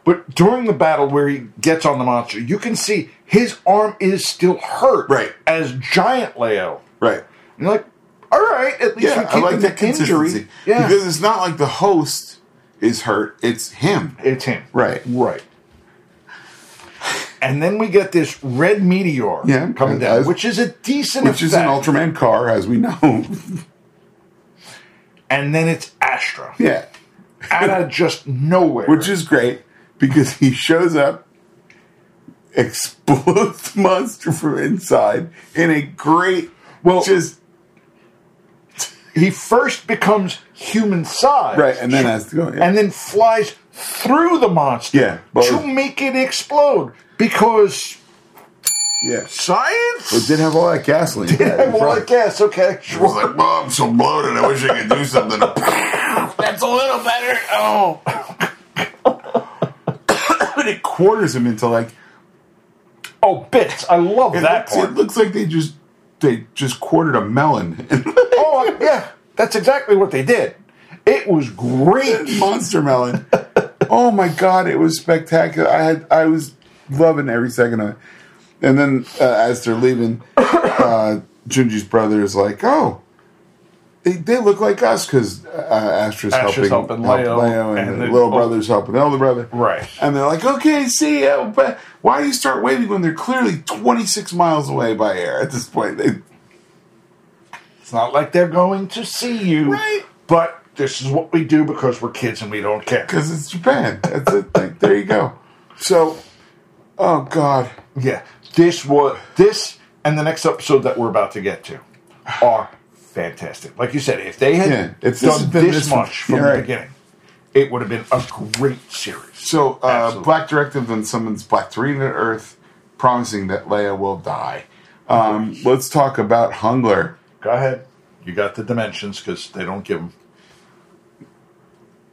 [SPEAKER 3] But during the battle where he gets on the monster, you can see his arm is still hurt.
[SPEAKER 2] Right.
[SPEAKER 3] As Giant Leo.
[SPEAKER 2] Right.
[SPEAKER 3] And you're like, all right, at least
[SPEAKER 2] Yeah,
[SPEAKER 3] we
[SPEAKER 2] I
[SPEAKER 3] keep
[SPEAKER 2] like
[SPEAKER 3] him
[SPEAKER 2] that consistency
[SPEAKER 3] injury. Yeah.
[SPEAKER 2] because it's not like the host is hurt; it's him.
[SPEAKER 3] it's him.
[SPEAKER 2] Right.
[SPEAKER 3] Right. And then we get this red meteor
[SPEAKER 2] Yeah,
[SPEAKER 3] coming
[SPEAKER 2] and
[SPEAKER 3] down,
[SPEAKER 2] as-
[SPEAKER 3] which is a decent
[SPEAKER 2] Which is an
[SPEAKER 3] effect.
[SPEAKER 2] Ultraman car, as we know.
[SPEAKER 3] And then it's Astra.
[SPEAKER 2] yeah,
[SPEAKER 3] Out of just nowhere.
[SPEAKER 2] which is great because he shows up, explodes the monster from inside in a great,
[SPEAKER 3] Well-
[SPEAKER 2] just
[SPEAKER 3] he first becomes human size,
[SPEAKER 2] right, and then has to go. yeah.
[SPEAKER 3] and then flies through the
[SPEAKER 2] Yeah,
[SPEAKER 3] monster
[SPEAKER 2] but-
[SPEAKER 3] to make it explode because
[SPEAKER 2] yeah.
[SPEAKER 3] science.
[SPEAKER 2] It did have all that gasoline. Yeah,
[SPEAKER 3] well, I guess okay,
[SPEAKER 2] I was
[SPEAKER 3] sure.
[SPEAKER 2] like, Mom, I'm so bloated. I wish I could do something. That's a little better. Oh. but it quarters him into like
[SPEAKER 3] Oh, bits! I love
[SPEAKER 2] it
[SPEAKER 3] that
[SPEAKER 2] looks, it
[SPEAKER 3] part.
[SPEAKER 2] looks like they just they just quartered a melon.
[SPEAKER 3] Oh, yeah, that's exactly what they did. It was great.
[SPEAKER 2] Monster melon. Oh my god, it was spectacular. I had I was loving every second of it. And then uh, as they're leaving, uh, Junji's brother is like, "Oh, they, they look like us because uh, Astra's,
[SPEAKER 3] Astra's
[SPEAKER 2] helping,
[SPEAKER 3] helping Leo,
[SPEAKER 2] and,
[SPEAKER 3] and
[SPEAKER 2] the
[SPEAKER 3] the-
[SPEAKER 2] little
[SPEAKER 3] oh.
[SPEAKER 2] brother's helping the elder brother,
[SPEAKER 3] Right.
[SPEAKER 2] And they're like, "Okay, see ya, but why do you start waving when they're clearly twenty six miles away by air at this point?" They,
[SPEAKER 3] It's not like they're going to see you,
[SPEAKER 2] Right.
[SPEAKER 3] But this is what we do because we're kids and we don't care.
[SPEAKER 2] because it's Japan. That's it. Like, there you go. So, oh god,
[SPEAKER 3] Yeah, this was this and the next episode that we're about to get to are fantastic. Like you said, if they had
[SPEAKER 2] Yeah, if this
[SPEAKER 3] done
[SPEAKER 2] had been
[SPEAKER 3] this,
[SPEAKER 2] this
[SPEAKER 3] much
[SPEAKER 2] one-
[SPEAKER 3] from
[SPEAKER 2] yeah,
[SPEAKER 3] the
[SPEAKER 2] right.
[SPEAKER 3] beginning, it would have been a great series.
[SPEAKER 2] So uh,
[SPEAKER 3] Absolutely.
[SPEAKER 2] Black Directive then summons Black Three to Earth, promising that Leia will die. Um, let's talk about Hungler.
[SPEAKER 3] Go ahead. You got the dimensions because they don't give them.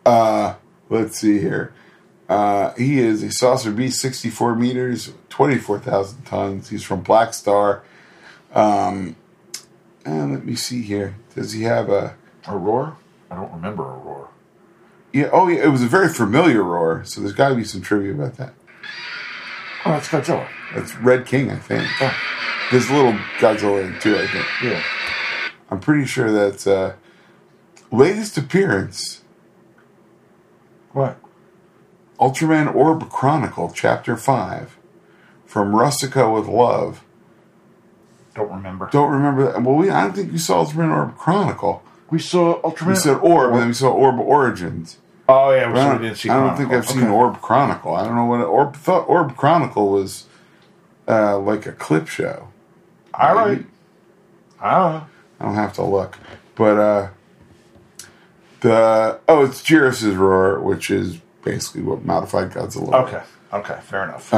[SPEAKER 2] Let's see here. Uh, he is a saucer beast, 64 meters, 24,000 tons. He's from Black Star. Um, and let me see here. Does he have a.
[SPEAKER 3] A roar? I don't remember a roar.
[SPEAKER 2] Yeah, oh, yeah, it was a very familiar roar, so there's got to be some trivia about that.
[SPEAKER 3] Oh, that's Godzilla.
[SPEAKER 2] That's Red King, I think.
[SPEAKER 3] Oh,
[SPEAKER 2] There's a little Godzilla in it, too, I think.
[SPEAKER 3] yeah.
[SPEAKER 2] I'm pretty sure that's uh, latest appearance
[SPEAKER 3] What?
[SPEAKER 2] Ultraman Orb Chronicle, Chapter 5, from Rustica with Love.
[SPEAKER 3] Don't remember.
[SPEAKER 2] Don't remember that. Well, we, I don't think we saw Ultraman Orb Chronicle.
[SPEAKER 3] We saw Ultraman.
[SPEAKER 2] We said Orb, and then we saw Orb Origins.
[SPEAKER 3] Oh yeah, we
[SPEAKER 2] I
[SPEAKER 3] saw
[SPEAKER 2] don't,
[SPEAKER 3] didn't see.
[SPEAKER 2] I don't think I've
[SPEAKER 3] Chronicle.
[SPEAKER 2] seen
[SPEAKER 3] Okay.
[SPEAKER 2] Orb Chronicle. I don't know what Orb thought. Orb Chronicle was uh, like a clip show.
[SPEAKER 3] All right. Ah, I don't know.
[SPEAKER 2] I don't have to look, but uh, the oh, it's Jairus' roar, which is basically what modified Godzilla. was.
[SPEAKER 3] Okay. Okay. Fair
[SPEAKER 2] Uh,
[SPEAKER 3] enough.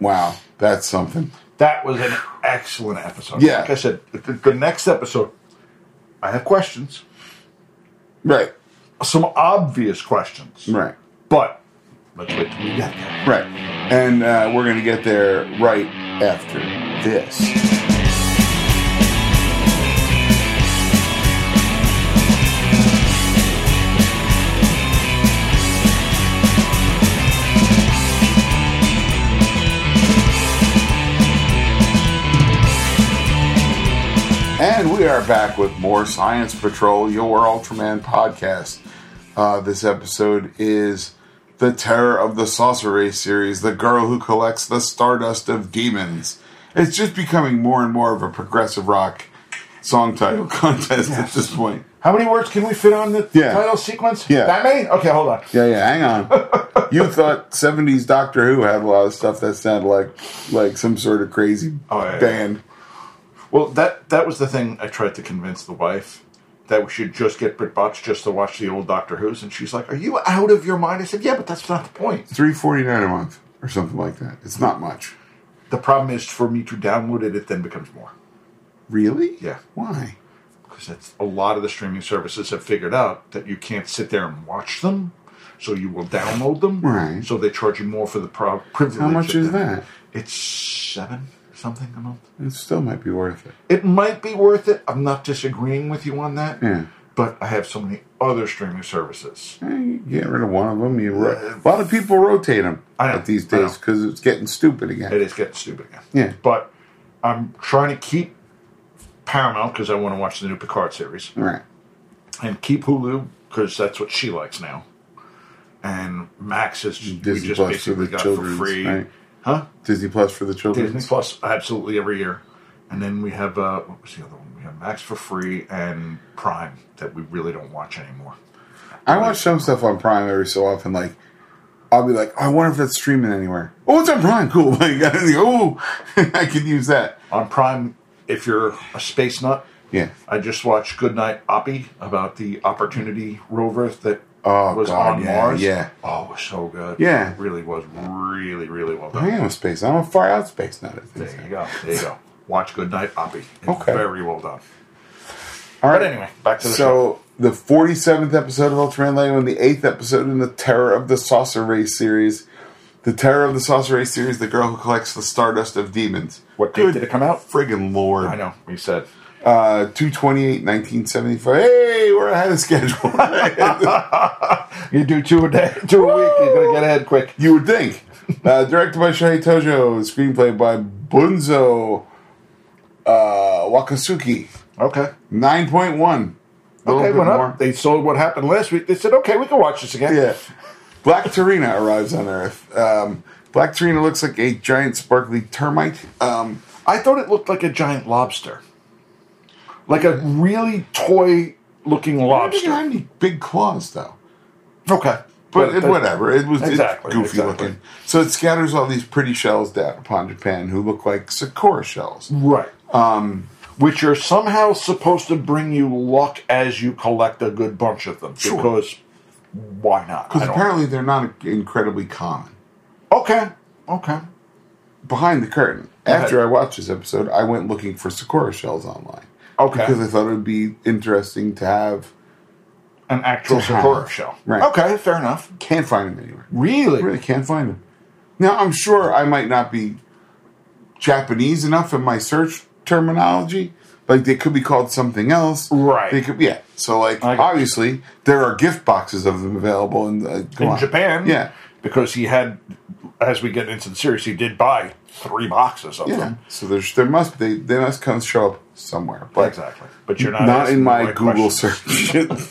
[SPEAKER 2] Wow, that's something.
[SPEAKER 3] that was an excellent episode.
[SPEAKER 2] Yeah.
[SPEAKER 3] Like I said, the, the next episode, I have questions.
[SPEAKER 2] Right.
[SPEAKER 3] Some obvious questions.
[SPEAKER 2] Right.
[SPEAKER 3] But let's wait till we get there.
[SPEAKER 2] Right. And uh, we're going to get there right after this. And we are back with more Science Patrol, your Ultraman podcast. Uh, this episode is The Terror of the Saucer Race series, The Girl Who Collects the Stardust of Demons. It's just becoming more and more of a progressive rock song title contest at this point.
[SPEAKER 3] How many words can we fit on the
[SPEAKER 2] Yeah.
[SPEAKER 3] title sequence?
[SPEAKER 2] Yeah.
[SPEAKER 3] That many? Okay, hold on.
[SPEAKER 2] Yeah, yeah, hang on. you thought 70s Doctor Who had a lot of stuff that sounded like like some sort of crazy
[SPEAKER 3] Oh, yeah, yeah.
[SPEAKER 2] band.
[SPEAKER 3] Well, that that was the thing I tried to convince the wife that we should just get Brit Botch just to watch the old Doctor Who's, and she's like, "Are you out of your mind?" I said, "Yeah, but that's not the point.
[SPEAKER 2] 349 a month or something like that. It's not much.
[SPEAKER 3] The problem is for me to download it, it then becomes more
[SPEAKER 2] Really?
[SPEAKER 3] Yeah.
[SPEAKER 2] Why?
[SPEAKER 3] because that's a lot of the streaming services have figured out that you can't sit there and watch them, so you will download them.
[SPEAKER 2] Right.
[SPEAKER 3] So they charge you more for the pro- privilege.
[SPEAKER 2] How much
[SPEAKER 3] of
[SPEAKER 2] is
[SPEAKER 3] them.
[SPEAKER 2] that?
[SPEAKER 3] It's seven something a month.
[SPEAKER 2] It still might be worth it.
[SPEAKER 3] It might be worth it. I'm not disagreeing with you on that.
[SPEAKER 2] Yeah.
[SPEAKER 3] But I have so many other streaming services.
[SPEAKER 2] Eh, You get rid of one of them. You ro- a lot of people rotate them
[SPEAKER 3] I know,
[SPEAKER 2] at these
[SPEAKER 3] I know.
[SPEAKER 2] days because it's getting stupid again.
[SPEAKER 3] It is getting stupid again.
[SPEAKER 2] Yeah.
[SPEAKER 3] But I'm trying to keep Paramount because I want to watch the new Picard series.
[SPEAKER 2] Right.
[SPEAKER 3] and keep Hulu because that's what she likes now. And Max is we
[SPEAKER 2] Disney
[SPEAKER 3] just
[SPEAKER 2] Plus for
[SPEAKER 3] basically
[SPEAKER 2] the
[SPEAKER 3] got
[SPEAKER 2] children,
[SPEAKER 3] for free,
[SPEAKER 2] right?
[SPEAKER 3] huh?
[SPEAKER 2] Disney Plus for the children.
[SPEAKER 3] Disney Plus absolutely every year, and then we have uh, what was the other one? We have Max for free and Prime that we really don't watch anymore.
[SPEAKER 2] I watch some stuff on Prime every so often. Like, I'll be like, "Oh, I wonder if that's streaming anywhere. Oh, it's on Prime. Cool. Like, oh, I could use that.
[SPEAKER 3] On Prime, if you're a space nut,
[SPEAKER 2] Yeah.
[SPEAKER 3] I just watched Goodnight Oppie about the Opportunity rover that
[SPEAKER 2] Oh,
[SPEAKER 3] was
[SPEAKER 2] God,
[SPEAKER 3] on
[SPEAKER 2] yeah,
[SPEAKER 3] Mars.
[SPEAKER 2] yeah.
[SPEAKER 3] oh, it was so good.
[SPEAKER 2] Yeah.
[SPEAKER 3] it really was really really well done.
[SPEAKER 2] I am a space. I'm a far out space nut. I think.
[SPEAKER 3] There you go. There you go. Watch Goodnight Oppie. It's
[SPEAKER 2] Okay.
[SPEAKER 3] very well done.
[SPEAKER 2] All right.
[SPEAKER 3] But anyway, back to the show.
[SPEAKER 2] So the 47th episode of Ultraman Lego and the 8th episode in the Terror of the Saucer Race series. The Terror of the Saucer Race series, the girl who collects the Stardust of Demons.
[SPEAKER 3] What date did it come out?
[SPEAKER 2] Friggin' lord.
[SPEAKER 3] I know. We said
[SPEAKER 2] Uh, 228, 1975. Hey, we're ahead of schedule.
[SPEAKER 3] you do two a day, two a week. You're gonna get ahead quick.
[SPEAKER 2] you would think. Uh, directed by Shohei Tojo, screenplay by Bunzo uh, Wakasuki.
[SPEAKER 3] Okay.
[SPEAKER 2] 9.1. A little
[SPEAKER 3] Okay.
[SPEAKER 2] bit
[SPEAKER 3] Went
[SPEAKER 2] more.
[SPEAKER 3] up. They saw what happened last week. They said, okay, we can watch this again.
[SPEAKER 2] Yeah. Black Tarina arrives on Earth. Um, Black Tarina looks like a giant sparkly termite. Um,
[SPEAKER 3] I thought it looked like a giant lobster, like a really toy-looking
[SPEAKER 2] I don't think it had
[SPEAKER 3] lobster.
[SPEAKER 2] any big claws, though.
[SPEAKER 3] Okay.
[SPEAKER 2] But it,
[SPEAKER 3] that-
[SPEAKER 2] whatever. It was it's
[SPEAKER 3] Exactly,
[SPEAKER 2] goofy
[SPEAKER 3] exactly.
[SPEAKER 2] looking. So it scatters all these pretty shells down upon Japan who look like Sakura shells.
[SPEAKER 3] Right. Um, which are somehow supposed to bring you luck as you collect a good bunch of them.
[SPEAKER 2] Sure.
[SPEAKER 3] Because why not? I
[SPEAKER 2] Because
[SPEAKER 3] don't-
[SPEAKER 2] apparently they're not incredibly common.
[SPEAKER 3] Okay. Okay.
[SPEAKER 2] Behind the curtain, after I watched this episode, I went looking for Sakura shells online.
[SPEAKER 3] Okay.
[SPEAKER 2] Because I thought it would be interesting to have.
[SPEAKER 3] An actual
[SPEAKER 2] To have.
[SPEAKER 3] Sakura shell.
[SPEAKER 2] Right.
[SPEAKER 3] Okay, fair enough.
[SPEAKER 2] Can't find them anywhere.
[SPEAKER 3] Really?
[SPEAKER 2] Really can't find them. Now, I'm sure I might not be Japanese enough in my search terminology. Like, they could be called something else.
[SPEAKER 3] Right.
[SPEAKER 2] They could, yeah. So, like,
[SPEAKER 3] I got you.
[SPEAKER 2] obviously, there are gift boxes of them available in, uh,
[SPEAKER 3] In
[SPEAKER 2] Golan.
[SPEAKER 3] Japan.
[SPEAKER 2] Yeah.
[SPEAKER 3] Because he had, as we get into the series, he did buy three boxes of
[SPEAKER 2] Yeah.
[SPEAKER 3] them.
[SPEAKER 2] So there's there must they they must come show up somewhere. But
[SPEAKER 3] Exactly. But you're not
[SPEAKER 2] Not,
[SPEAKER 3] asking
[SPEAKER 2] in
[SPEAKER 3] the
[SPEAKER 2] my
[SPEAKER 3] right
[SPEAKER 2] Google
[SPEAKER 3] question.
[SPEAKER 2] search.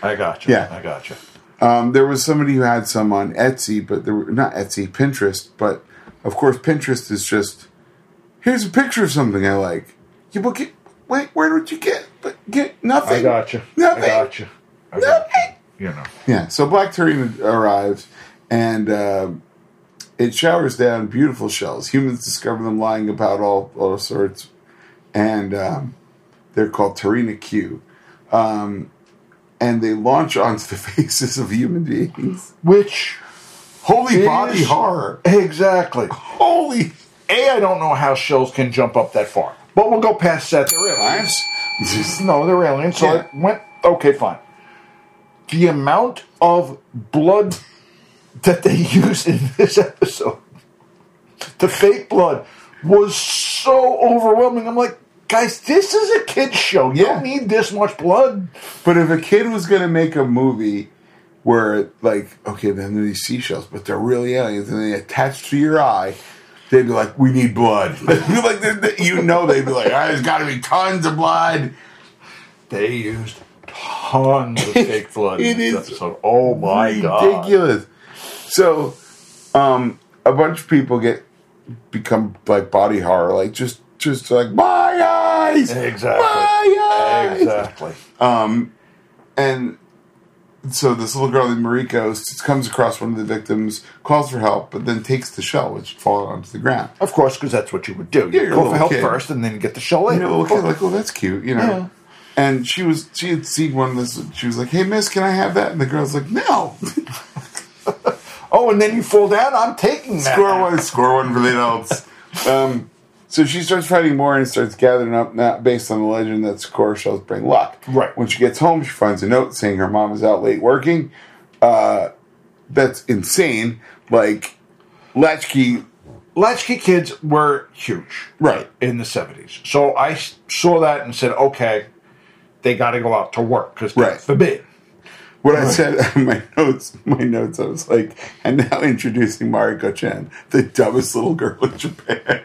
[SPEAKER 3] I got you.
[SPEAKER 2] Yeah.
[SPEAKER 3] I got you.
[SPEAKER 2] um, there was somebody who had some on Etsy, but there were not Etsy, Pinterest. But of course, Pinterest is just here's a picture of something I like. You book it. Wait, where did you get? But get nothing.
[SPEAKER 3] I got you.
[SPEAKER 2] Nothing.
[SPEAKER 3] I got you. I got you. You know.
[SPEAKER 2] Yeah, so Black Terrier arrives and uh, it showers down beautiful shells. Humans discover them lying about all, all sorts, and um, they're called Tarina Q. Um, and they launch onto the faces of human beings.
[SPEAKER 3] Which
[SPEAKER 2] Holy body
[SPEAKER 3] Is-
[SPEAKER 2] horror!
[SPEAKER 3] exactly.
[SPEAKER 2] Holy
[SPEAKER 3] A, I don't know how shells can jump up that far, but we'll go past that. They're aliens.
[SPEAKER 2] Just-
[SPEAKER 3] No, they're aliens. So
[SPEAKER 2] Yeah.
[SPEAKER 3] it went okay, fine. The amount of blood that they used in this episode, the fake blood, was so overwhelming. I'm like, guys, this is a kids show. You don't
[SPEAKER 2] Yeah.
[SPEAKER 3] need this much blood.
[SPEAKER 2] But if a kid was gonna make a movie where like, okay, then there are these seashells, but they're really aliens and they attach to your eye, they'd be like, We need blood. like they- they- you know they'd be like, "Ah, there's gotta be tons of blood.
[SPEAKER 3] They used tons of fake blood
[SPEAKER 2] It
[SPEAKER 3] in this
[SPEAKER 2] is
[SPEAKER 3] episode. Oh my god!
[SPEAKER 2] Ridiculous. So um a bunch of people get become like body horror, like just just like my eyes
[SPEAKER 3] Exactly.
[SPEAKER 2] My eyes
[SPEAKER 3] Exactly.
[SPEAKER 2] And so this little girl named Mariko s- comes across one of the victims, calls for help, but then takes the shell, which had fallen onto the ground.
[SPEAKER 3] Of course, because that's what you would do. You
[SPEAKER 2] you're a
[SPEAKER 3] go
[SPEAKER 2] little
[SPEAKER 3] for help
[SPEAKER 2] kid.
[SPEAKER 3] first, and then get the shell later.
[SPEAKER 2] You know, okay, like, oh, that's cute, you know.
[SPEAKER 3] Yeah.
[SPEAKER 2] And she was, she had seen one of this. She was like, "Hey, miss, can I have that?" And the girl's like, "No,
[SPEAKER 3] Oh, and then you fall down. I'm taking that.
[SPEAKER 2] score one, score one for the adults." um, so she starts fighting more and starts gathering up, now based on the legend that score shells bring luck.
[SPEAKER 3] Right.
[SPEAKER 2] When she gets home, she finds a note saying her mom is out late working. Uh, that's insane. Like, latchkey
[SPEAKER 3] Latchkey kids were huge,
[SPEAKER 2] Right.
[SPEAKER 3] in the '70s. So I s- saw that and said, okay, they got to go out to work because
[SPEAKER 2] Right.
[SPEAKER 3] that's the bid.
[SPEAKER 2] What I said in my notes, my notes, I was like, and now introducing Mariko Chan, the dumbest little girl in Japan.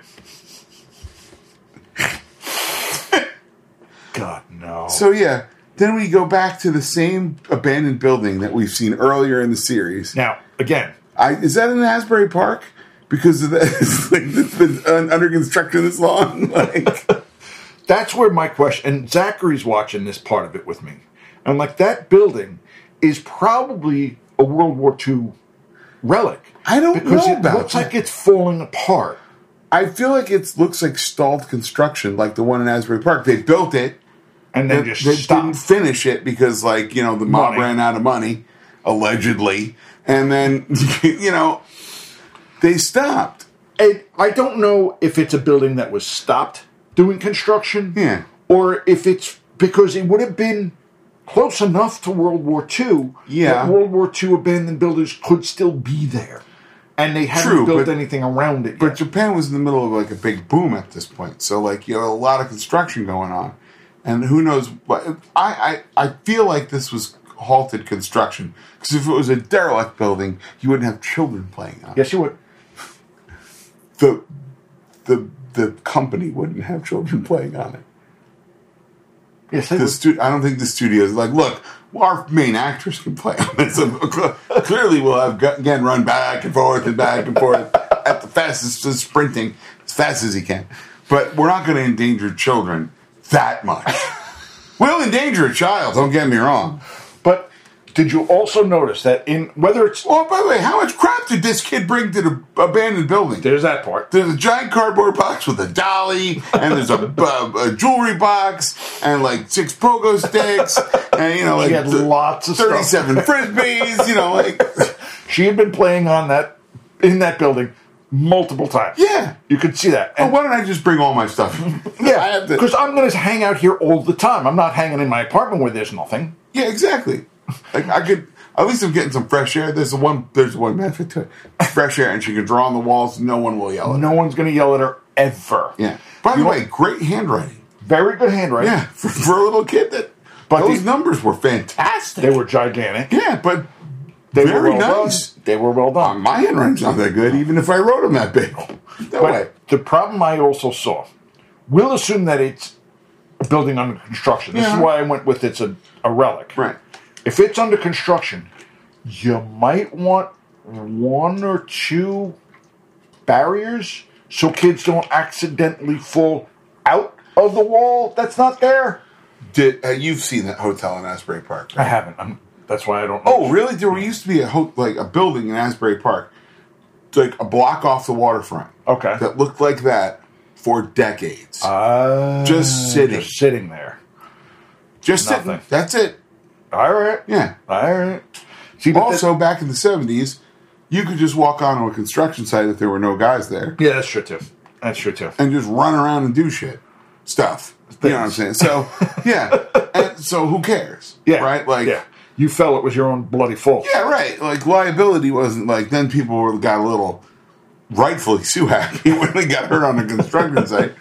[SPEAKER 3] God no.
[SPEAKER 2] So yeah, then we go back to the same abandoned building that we've seen earlier in the series.
[SPEAKER 3] now again,
[SPEAKER 2] I, is that in Asbury Park? Because of that, it's like it's been un- under construction this long. Like,
[SPEAKER 3] that's where my question. And Zachary's watching this part of it with me. I'm like, that building is probably a World War II relic.
[SPEAKER 2] I don't
[SPEAKER 3] because
[SPEAKER 2] know
[SPEAKER 3] it
[SPEAKER 2] about
[SPEAKER 3] looks
[SPEAKER 2] that.
[SPEAKER 3] like it's falling apart.
[SPEAKER 2] I feel like it looks like stalled construction, like the one in Asbury Park. They built it,
[SPEAKER 3] And
[SPEAKER 2] they,
[SPEAKER 3] then
[SPEAKER 2] they
[SPEAKER 3] just stop.
[SPEAKER 2] didn't finish it because like you know the mob
[SPEAKER 3] Money.
[SPEAKER 2] ran out of money allegedly and then you know they stopped
[SPEAKER 3] And I don't know if it's a building that was stopped doing construction,
[SPEAKER 2] Yeah.
[SPEAKER 3] or if it's because it would have been close enough to World War II.
[SPEAKER 2] Yeah.
[SPEAKER 3] that World War II abandoned buildings could still be there, and they haven't
[SPEAKER 2] True,
[SPEAKER 3] built
[SPEAKER 2] but-
[SPEAKER 3] anything around it.
[SPEAKER 2] but
[SPEAKER 3] Yet.
[SPEAKER 2] japan was in the middle of like a big boom at this point so like you have a lot of construction going on and who knows what i i, I feel like this was halted construction because if it was a derelict building you wouldn't have children playing on it
[SPEAKER 3] yes, you would.
[SPEAKER 2] the the the company wouldn't have children playing on it
[SPEAKER 3] Yes, they
[SPEAKER 2] the
[SPEAKER 3] would.
[SPEAKER 2] stu- I don't think the studios like look. Our main actors can play on this. Clearly, we'll have Gu- Gunn run back and forth and back and forth at the fastest, just sprinting as fast as he can. But we're not going to endanger children that much. we'll endanger a child. Don't get me wrong.
[SPEAKER 3] But did you also notice that in whether it's
[SPEAKER 2] Oh, by the way, how much crap did this kid bring to the abandoned building?
[SPEAKER 3] there's that part.
[SPEAKER 2] there's a giant cardboard box with a dolly, and there's a, a, a jewelry box, and like six pogo sticks, and And, you know, like
[SPEAKER 3] She had lots of stuff.
[SPEAKER 2] 37 frisbees, you know, like,
[SPEAKER 3] She had been playing on that in that building multiple times.
[SPEAKER 2] yeah.
[SPEAKER 3] You could see that.
[SPEAKER 2] Well,
[SPEAKER 3] And-
[SPEAKER 2] why don't I just bring all my stuff? I
[SPEAKER 3] yeah,
[SPEAKER 2] have to-
[SPEAKER 3] because I'm going to hang out here all the time. I'm not hanging in my apartment where there's nothing.
[SPEAKER 2] Yeah, exactly. Like I could at least I'm getting some fresh air. There's one there's one benefit to it. Fresh air and she can draw on the walls, no one will yell at her.
[SPEAKER 3] No one's going to yell at her ever.
[SPEAKER 2] Yeah. By the way, great handwriting.
[SPEAKER 3] Very good handwriting.
[SPEAKER 2] Yeah. For, for a little kid that
[SPEAKER 3] But
[SPEAKER 2] those
[SPEAKER 3] the-
[SPEAKER 2] numbers were fantastic.
[SPEAKER 3] They were gigantic.
[SPEAKER 2] yeah, but
[SPEAKER 3] They
[SPEAKER 2] Very
[SPEAKER 3] were well done.
[SPEAKER 2] nice.
[SPEAKER 3] They were well done.
[SPEAKER 2] my handwriting's not that good, even if I wrote them that big. No
[SPEAKER 3] But
[SPEAKER 2] way.
[SPEAKER 3] the problem I also saw, we'll assume that it's a building under construction. This
[SPEAKER 2] Yeah.
[SPEAKER 3] is why I went with it's a, a relic.
[SPEAKER 2] Right.
[SPEAKER 3] If it's under construction, you might want one or two barriers so kids don't accidentally fall out of the wall that's not there.
[SPEAKER 2] Did uh, you've seen that hotel in Asbury Park?
[SPEAKER 3] I
[SPEAKER 2] Right?
[SPEAKER 3] haven't. I'm, that's why I don't know.
[SPEAKER 2] Oh, really? There used to be a ho- like a building in Asbury Park, like a block off the waterfront.
[SPEAKER 3] Okay.
[SPEAKER 2] That looked like that for decades.
[SPEAKER 3] Uh,
[SPEAKER 2] Just sitting.
[SPEAKER 3] Just sitting there.
[SPEAKER 2] Just
[SPEAKER 3] Nothing.
[SPEAKER 2] sitting. That's it.
[SPEAKER 3] All right.
[SPEAKER 2] Yeah.
[SPEAKER 3] All right. See, but
[SPEAKER 2] Also, back in the seventies, you could just walk onto a construction site if there were no guys there
[SPEAKER 3] that- yeah, that's true too. That's true too.
[SPEAKER 2] and just run around and do shit stuff. You know what I'm saying? So yeah. and so who cares?
[SPEAKER 3] Yeah.
[SPEAKER 2] Right. Like.
[SPEAKER 3] yeah. You fell, it was your own bloody fault.
[SPEAKER 2] Yeah, right. Like liability wasn't like then people were got a little rightfully so happy when they got hurt on a construction site.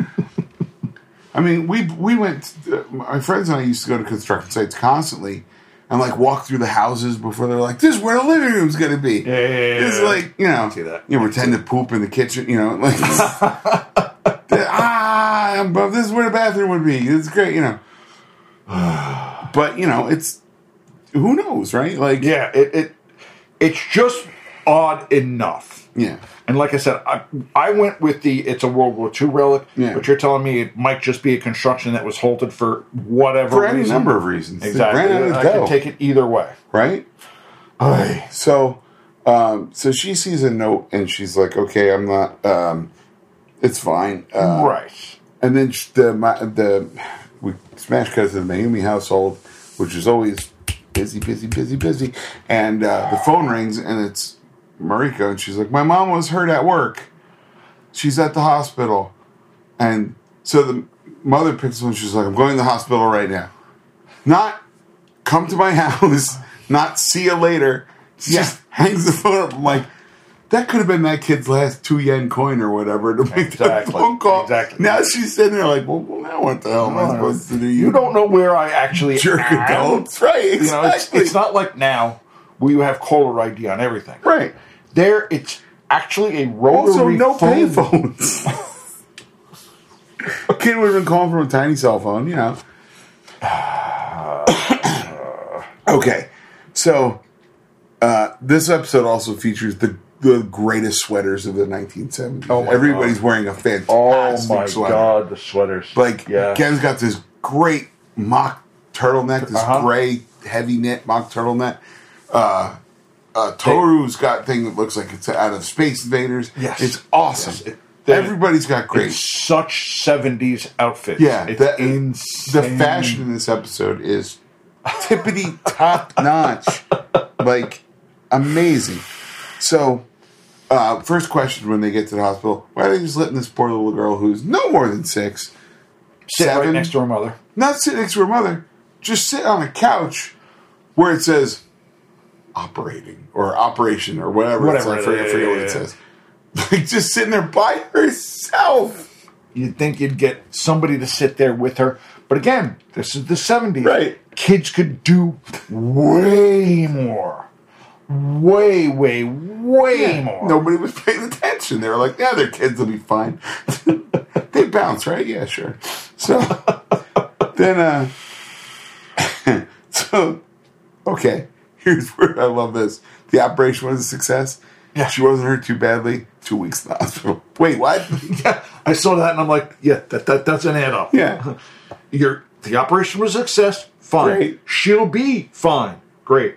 [SPEAKER 2] I mean, we we went. uh, My friends and I used to go to construction sites constantly, and like walk through the houses before they're like, "This is where the living room's gonna be." Yeah,
[SPEAKER 3] yeah, yeah,
[SPEAKER 2] It's
[SPEAKER 3] yeah.
[SPEAKER 2] like you know,
[SPEAKER 3] see that.
[SPEAKER 2] you pretend to poop in the kitchen. You know, like ah, I'm- but this is where the bathroom would be. It's great, you know. But you know, it's who knows, right? Like
[SPEAKER 3] Yeah, it, it it's just odd enough.
[SPEAKER 2] yeah.
[SPEAKER 3] And like I said, I, I went with the it's a World War II relic,
[SPEAKER 2] Yeah.
[SPEAKER 3] but you're telling me it might just be a construction that was halted for whatever
[SPEAKER 2] for any
[SPEAKER 3] reason.
[SPEAKER 2] number of reasons. They
[SPEAKER 3] Exactly.
[SPEAKER 2] ran out of
[SPEAKER 3] I
[SPEAKER 2] dough,
[SPEAKER 3] could take it either way.
[SPEAKER 2] right? So, um, so she sees a note and she's like, "Okay, I'm not. Um, it's fine." Uh,
[SPEAKER 3] right.
[SPEAKER 2] And then sh- the my, the we smash cut to the Mayumi household, which is always busy, busy, busy, busy. And uh, the phone rings and it's Mariko, and she's like, "My mom was hurt at work. She's at the hospital." And so the mother picks up and she's like, "I'm going to the hospital right now." Not come to my house. Not see you later. She just hangs the phone up. I'm like. That could have been that kid's last two yen coin or whatever to make that
[SPEAKER 3] Exactly.
[SPEAKER 2] phone call.
[SPEAKER 3] Exactly.
[SPEAKER 2] Now now she's sitting there like, well, well now what the hell am I supposed to do?
[SPEAKER 3] You don't know where I actually
[SPEAKER 2] jerk
[SPEAKER 3] am.
[SPEAKER 2] adults, right? Exactly.
[SPEAKER 3] You know, it's, it's not like now where you have caller ID on everything.
[SPEAKER 2] right.
[SPEAKER 3] There, it's actually a
[SPEAKER 2] Also,
[SPEAKER 3] rotary
[SPEAKER 2] no
[SPEAKER 3] phone.
[SPEAKER 2] pay phones. A Kid would have been calling from a tiny cell phone, you know. okay, so uh, this episode also features the the greatest sweaters of the 1970s.
[SPEAKER 3] Oh my
[SPEAKER 2] Everybody's wearing a fantastic
[SPEAKER 3] Oh my
[SPEAKER 2] sweater.
[SPEAKER 3] god, the sweaters!
[SPEAKER 2] Like
[SPEAKER 3] yeah,
[SPEAKER 2] Kevin's got this great mock turtleneck, this
[SPEAKER 3] Uh-huh.
[SPEAKER 2] gray heavy knit mock turtleneck. Uh, uh, Toru's got thing that looks like it's out of Space Invaders.
[SPEAKER 3] Yes.
[SPEAKER 2] it's awesome.
[SPEAKER 3] Yes, it- that-
[SPEAKER 2] Everybody's got great.
[SPEAKER 3] such seventies outfits.
[SPEAKER 2] yeah,
[SPEAKER 3] it's
[SPEAKER 2] the,
[SPEAKER 3] insane.
[SPEAKER 2] the fashion in this episode is tippity top notch, like amazing. So. Uh, first question when they get to the hospital: Why are they just letting this poor little girl, who's no more than six,
[SPEAKER 3] sit right
[SPEAKER 2] seven-
[SPEAKER 3] next to her mother.
[SPEAKER 2] not sit next to her mother, just sit on a couch where it says operating or operation or whatever. it's
[SPEAKER 3] Whatever,
[SPEAKER 2] I forget,
[SPEAKER 3] yeah,
[SPEAKER 2] forget what
[SPEAKER 3] yeah,
[SPEAKER 2] it
[SPEAKER 3] yeah.
[SPEAKER 2] says. Like just sitting there by herself.
[SPEAKER 3] You'd think you'd get somebody to sit there with her, but again, this is the seventies.
[SPEAKER 2] Right.
[SPEAKER 3] kids could do way more, way, way, way more.
[SPEAKER 2] Nobody was paying attention. They were like, yeah, their kids will be fine. they bounce, right? Yeah, sure. So then, uh, so, okay, here's where I love this. The operation was a success.
[SPEAKER 3] Yeah.
[SPEAKER 2] She wasn't hurt too badly. Two weeks in the hospital. Wait, what?
[SPEAKER 3] Yeah, I saw that and I'm like, yeah, that, that doesn't add up.
[SPEAKER 2] Yeah.
[SPEAKER 3] Your the operation was a success. Fine.
[SPEAKER 2] Great.
[SPEAKER 3] She'll be fine. Great.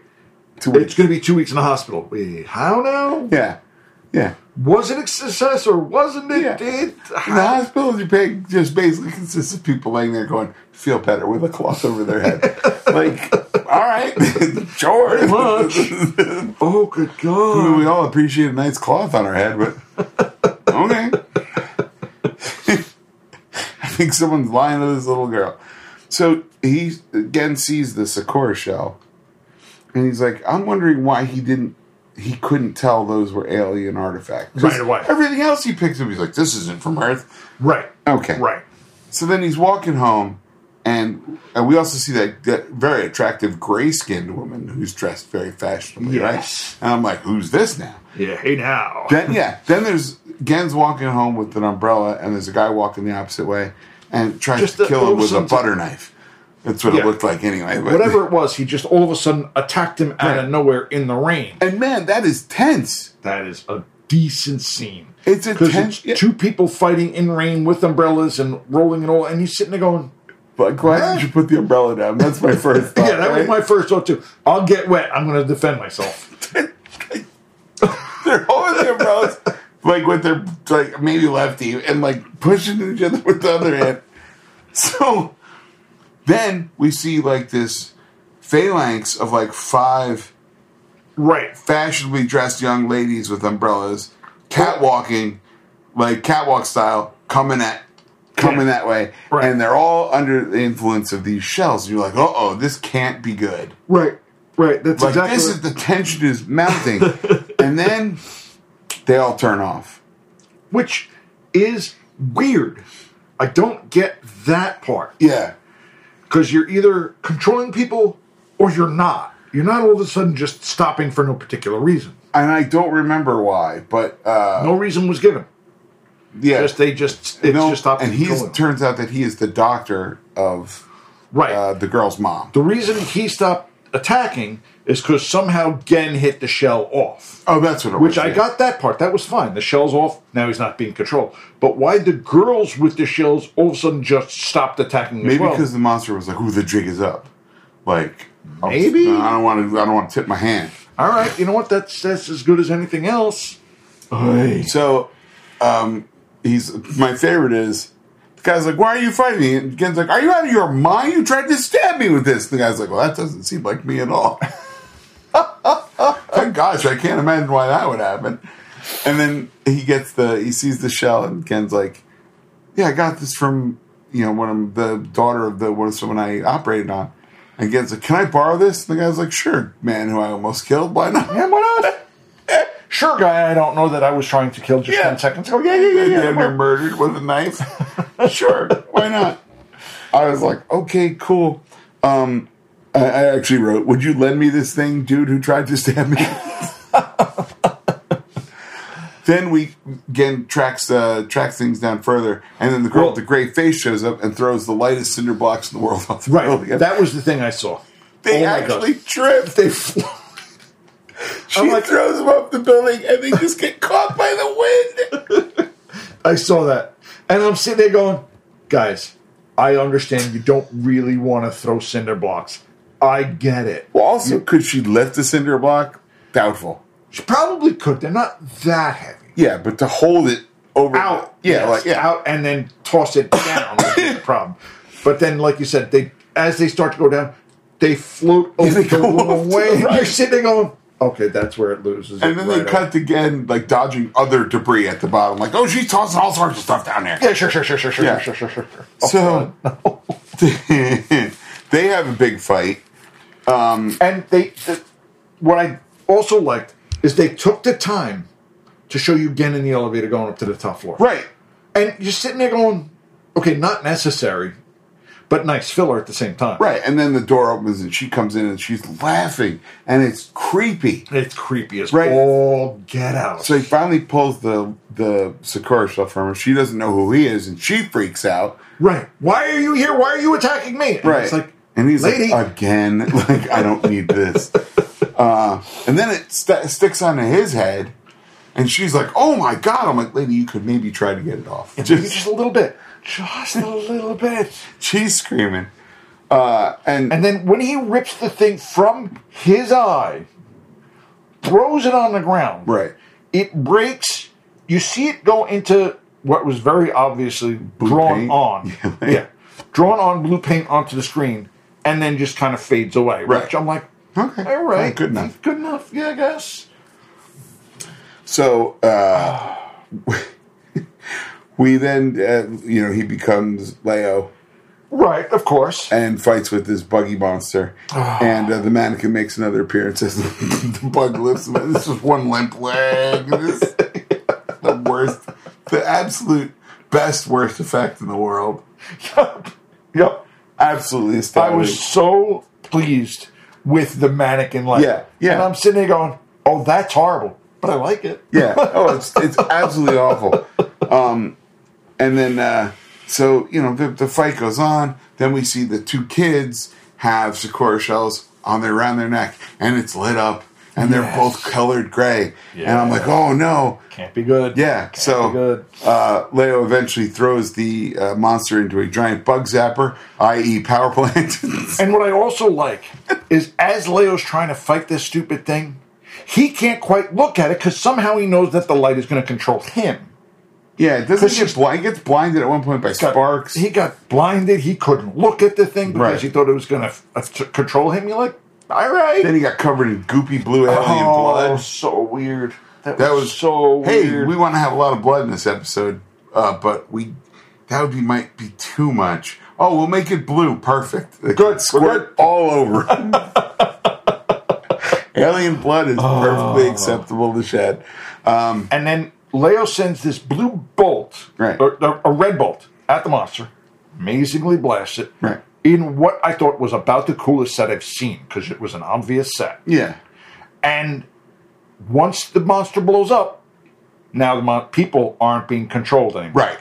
[SPEAKER 2] Two
[SPEAKER 3] It's
[SPEAKER 2] weeks.
[SPEAKER 3] going to be two weeks in the hospital. Wait, how now?
[SPEAKER 2] Yeah. Yeah.
[SPEAKER 3] Was it a success or wasn't it?
[SPEAKER 2] Yeah.
[SPEAKER 3] It-
[SPEAKER 2] In the hospital, you pay just basically consists of people laying there going, feel better with a cloth over their head. like, all right, sure.
[SPEAKER 3] Much. oh, good
[SPEAKER 2] I mean,
[SPEAKER 3] God.
[SPEAKER 2] we all appreciate a nice cloth on our head, but okay. I think someone's lying to this little girl. So he again sees the Sakura shell, and he's like, "I'm wondering why he didn't, he couldn't tell those were alien artifacts 'Cause
[SPEAKER 3] Right away.
[SPEAKER 2] Everything else he picks up, he's like, "This isn't from Earth."
[SPEAKER 3] Right.
[SPEAKER 2] Okay,
[SPEAKER 3] Right.
[SPEAKER 2] So then he's walking home, and and we also see that, that very attractive gray skinned woman who's dressed very fashionably,
[SPEAKER 3] Yes.
[SPEAKER 2] right? And I'm like, who's this now?
[SPEAKER 3] Yeah. Hey now.
[SPEAKER 2] Then yeah, then there's Gen's walking home with an umbrella, and there's a guy walking the opposite way and tries
[SPEAKER 3] Just
[SPEAKER 2] to
[SPEAKER 3] the
[SPEAKER 2] kill him
[SPEAKER 3] little
[SPEAKER 2] with a
[SPEAKER 3] sunset-
[SPEAKER 2] butter knife. That's what
[SPEAKER 3] Yeah.
[SPEAKER 2] it looked like anyway. But,
[SPEAKER 3] Whatever it was, he just all of a sudden attacked him out of
[SPEAKER 2] Right.
[SPEAKER 3] nowhere in the rain.
[SPEAKER 2] And man, that is tense.
[SPEAKER 3] That is a decent scene.
[SPEAKER 2] It's a
[SPEAKER 3] Because
[SPEAKER 2] ten-
[SPEAKER 3] it's
[SPEAKER 2] yeah.
[SPEAKER 3] two people fighting in rain with umbrellas and rolling and all, and he's sitting there going,
[SPEAKER 2] But why did you put the umbrella down? That's my first thought.
[SPEAKER 3] "Yeah, that was
[SPEAKER 2] right?
[SPEAKER 3] my first thought too. I'll get wet. I'm going to defend myself."
[SPEAKER 2] they're holding their umbrellas like with their like maybe lefty and like pushing each other with the other hand. So then we see like this phalanx of like five
[SPEAKER 3] right.
[SPEAKER 2] fashionably dressed young ladies with umbrellas, catwalking, like catwalk style, coming at coming that way.
[SPEAKER 3] Right.
[SPEAKER 2] And they're all under the influence of these shells. You're like, uh oh, this can't be good.
[SPEAKER 3] Right. Right. That's
[SPEAKER 2] Like
[SPEAKER 3] exactly.
[SPEAKER 2] this
[SPEAKER 3] right.
[SPEAKER 2] is the tension is mounting. and then they all turn off.
[SPEAKER 3] which is weird. I don't get that part
[SPEAKER 2] Yeah.
[SPEAKER 3] because you're either controlling people or you're not. You're not all of a sudden just stopping for no particular reason.
[SPEAKER 2] And I don't remember why, but uh
[SPEAKER 3] No reason was given.
[SPEAKER 2] yeah.
[SPEAKER 3] Just they just it's
[SPEAKER 2] No,
[SPEAKER 3] just stopped
[SPEAKER 2] and he
[SPEAKER 3] controlling them.
[SPEAKER 2] turns out that he is the doctor of
[SPEAKER 3] right.
[SPEAKER 2] uh, the girl's mom.
[SPEAKER 3] the reason he stopped attacking is because somehow Gen hit the shell off.
[SPEAKER 2] Oh, that's what it was.
[SPEAKER 3] Which I
[SPEAKER 2] yeah.
[SPEAKER 3] got that part. That was fine. The shell's off. Now he's not being controlled. But why the girls with the shells all of a sudden just stopped attacking as
[SPEAKER 2] Maybe
[SPEAKER 3] well?
[SPEAKER 2] because the monster was like, "Ooh, the jig is up." Like, I'll-
[SPEAKER 3] Maybe.
[SPEAKER 2] I don't want to. I don't want to tip my hand.
[SPEAKER 3] All right, you know what? That's that's as good as anything else.
[SPEAKER 2] So, um, he's my favorite is the guy's like, "Why are you fighting me?" And Gen's like, "Are you out of your mind? You tried to stab me with this." And the guy's like, "Well, that doesn't seem like me at all." Thank gosh, I can't imagine why that would happen. And then he gets the he sees the shell, and Gen's like, "Yeah, I got this from you know one of the daughter of the one of someone I operated on." And Gen's like, "Can I borrow this?" And the guy's like, "Sure, man, who I almost killed. Why not?"
[SPEAKER 3] Yeah, why not? Eh, Sure, guy, I don't know that I was trying to kill just
[SPEAKER 2] Yeah.
[SPEAKER 3] ten seconds ago. Yeah, yeah, yeah, yeah.
[SPEAKER 2] and they're murdered with a knife. sure, why not? I was like, okay, cool. Um, I, I actually wrote, "Would you lend me this thing, dude, who tried to stab me?" then we again tracks uh, tracks things down further, and then the girl
[SPEAKER 3] Well-
[SPEAKER 2] with the gray face shows up and throws the lightest cinder blocks in the world off the
[SPEAKER 3] Right.
[SPEAKER 2] building.
[SPEAKER 3] That was the thing I saw.
[SPEAKER 2] they
[SPEAKER 3] Oh my
[SPEAKER 2] actually
[SPEAKER 3] God.
[SPEAKER 2] tripped.
[SPEAKER 3] they flew.
[SPEAKER 2] She
[SPEAKER 3] like-
[SPEAKER 2] throws them off the building, and they just get caught by the wind.
[SPEAKER 3] I saw that, and I'm sitting there going, guys, I understand you don't really want to throw cinder blocks. I get it.
[SPEAKER 2] Well, also, could she lift a cinder block? Doubtful.
[SPEAKER 3] She probably could. They're not that heavy.
[SPEAKER 2] Yeah, but to hold it over
[SPEAKER 3] out.
[SPEAKER 2] yeah,
[SPEAKER 3] yes,
[SPEAKER 2] like yeah,
[SPEAKER 3] out, and then toss it down. would be the problem. But then, like you said, they as they start to go down, they float over
[SPEAKER 2] they
[SPEAKER 3] the
[SPEAKER 2] go
[SPEAKER 3] wrong
[SPEAKER 2] off to
[SPEAKER 3] way.
[SPEAKER 2] the
[SPEAKER 3] and You're
[SPEAKER 2] right.
[SPEAKER 3] sitting going, okay, that's where it loses.
[SPEAKER 2] and
[SPEAKER 3] it
[SPEAKER 2] then they
[SPEAKER 3] right
[SPEAKER 2] cut
[SPEAKER 3] out.
[SPEAKER 2] again, like dodging other debris at the bottom. Like, oh, she's tossing all sorts of stuff down there.
[SPEAKER 3] Yeah, sure, sure, sure, sure, sure,
[SPEAKER 2] Yeah. oh,
[SPEAKER 3] sure, sure, sure, sure.
[SPEAKER 2] so they have a big fight.
[SPEAKER 3] And they, the, what I also liked is they took the time to show you again in the elevator going up to the top floor.
[SPEAKER 2] Right.
[SPEAKER 3] And you're sitting there going, okay, not necessary, but nice filler at the same time.
[SPEAKER 2] Right. And then the door opens and she comes in and she's laughing and it's creepy.
[SPEAKER 3] It's creepy as
[SPEAKER 2] Right.
[SPEAKER 3] all get out.
[SPEAKER 2] So he finally pulls the the Sakura stuff from her. She doesn't know who he is and she freaks out.
[SPEAKER 3] Right. Why are you here? Why are you attacking me? And
[SPEAKER 2] Right.
[SPEAKER 3] It's like,
[SPEAKER 2] and he's
[SPEAKER 3] lady.
[SPEAKER 2] like, again, like, I don't need this. Uh, and then it st- sticks onto his head, and she's like, oh my God. I'm like, lady, you could maybe try to get it off.
[SPEAKER 3] just,
[SPEAKER 2] Just,
[SPEAKER 3] a little bit. Just a little bit.
[SPEAKER 2] she's screaming. Uh, and,
[SPEAKER 3] And then when he rips the thing from his eye, throws it on the ground.
[SPEAKER 2] right.
[SPEAKER 3] It breaks. You see it go into what was very obviously drawn
[SPEAKER 2] paint?
[SPEAKER 3] on. yeah. Drawn on blue paint onto the screen. and then just kind of fades away.
[SPEAKER 2] Right.
[SPEAKER 3] Which I'm like,
[SPEAKER 2] Okay.
[SPEAKER 3] all right,
[SPEAKER 2] Good enough.
[SPEAKER 3] good enough. Yeah, I guess.
[SPEAKER 2] So uh, we then, uh, you know, he becomes Leo
[SPEAKER 3] Right, of course.
[SPEAKER 2] and fights with this buggy monster.
[SPEAKER 3] Ah.
[SPEAKER 2] And uh, the mannequin makes another appearance as the, the bug lifts him. This is one limp leg. This is the worst, the absolute best worst effect in the world.
[SPEAKER 3] yep. Yep.
[SPEAKER 2] Absolutely
[SPEAKER 3] I
[SPEAKER 2] astounding.
[SPEAKER 3] was so pleased with the mannequin leg.
[SPEAKER 2] Yeah, yeah.
[SPEAKER 3] And I'm sitting there going, oh, that's horrible, but I like it.
[SPEAKER 2] Yeah. Oh, it's it's absolutely awful. Um, and then uh, so you know the, the fight goes on. Then we see the two kids have Sakura shells on their around their neck, and it's lit up, and they're
[SPEAKER 3] Yes.
[SPEAKER 2] both colored gray. And I'm like, oh no.
[SPEAKER 3] Can't be good.
[SPEAKER 2] Yeah.
[SPEAKER 3] Can't be
[SPEAKER 2] So
[SPEAKER 3] good.
[SPEAKER 2] uh, Leo eventually throws the uh, monster into a giant bug zapper, i.e., power plant.
[SPEAKER 3] And what I also like is as Leo's trying to fight this stupid thing, he can't quite look at it because somehow he knows that the light is going to control him.
[SPEAKER 2] yeah. Doesn't he
[SPEAKER 3] Because
[SPEAKER 2] get blind? Gets blinded at one point by
[SPEAKER 3] Got-
[SPEAKER 2] sparks.
[SPEAKER 3] He got blinded. He couldn't look at the thing because
[SPEAKER 2] Right.
[SPEAKER 3] he thought it was going to control him. You're like, all right. Oh,
[SPEAKER 2] then he got covered in goopy blue alien blood.
[SPEAKER 3] so weird. That,
[SPEAKER 2] That
[SPEAKER 3] was,
[SPEAKER 2] was-
[SPEAKER 3] so
[SPEAKER 2] Hey,
[SPEAKER 3] weird.
[SPEAKER 2] we want to have a lot of blood in this episode, uh, but we that would be might be too much. Oh, we'll make it blue. Perfect. They could Squirt all over. it. Alien blood is
[SPEAKER 3] Oh.
[SPEAKER 2] perfectly acceptable to shed. Um,
[SPEAKER 3] And then Leo sends this blue bolt,
[SPEAKER 2] Right.
[SPEAKER 3] or, or a red bolt, at the monster. Amazingly blasts it.
[SPEAKER 2] Right.
[SPEAKER 3] In what I thought was about the coolest set I've seen, because it was an obvious set.
[SPEAKER 2] yeah,
[SPEAKER 3] And once the monster blows up, now the mon- people aren't being controlled anymore.
[SPEAKER 2] right.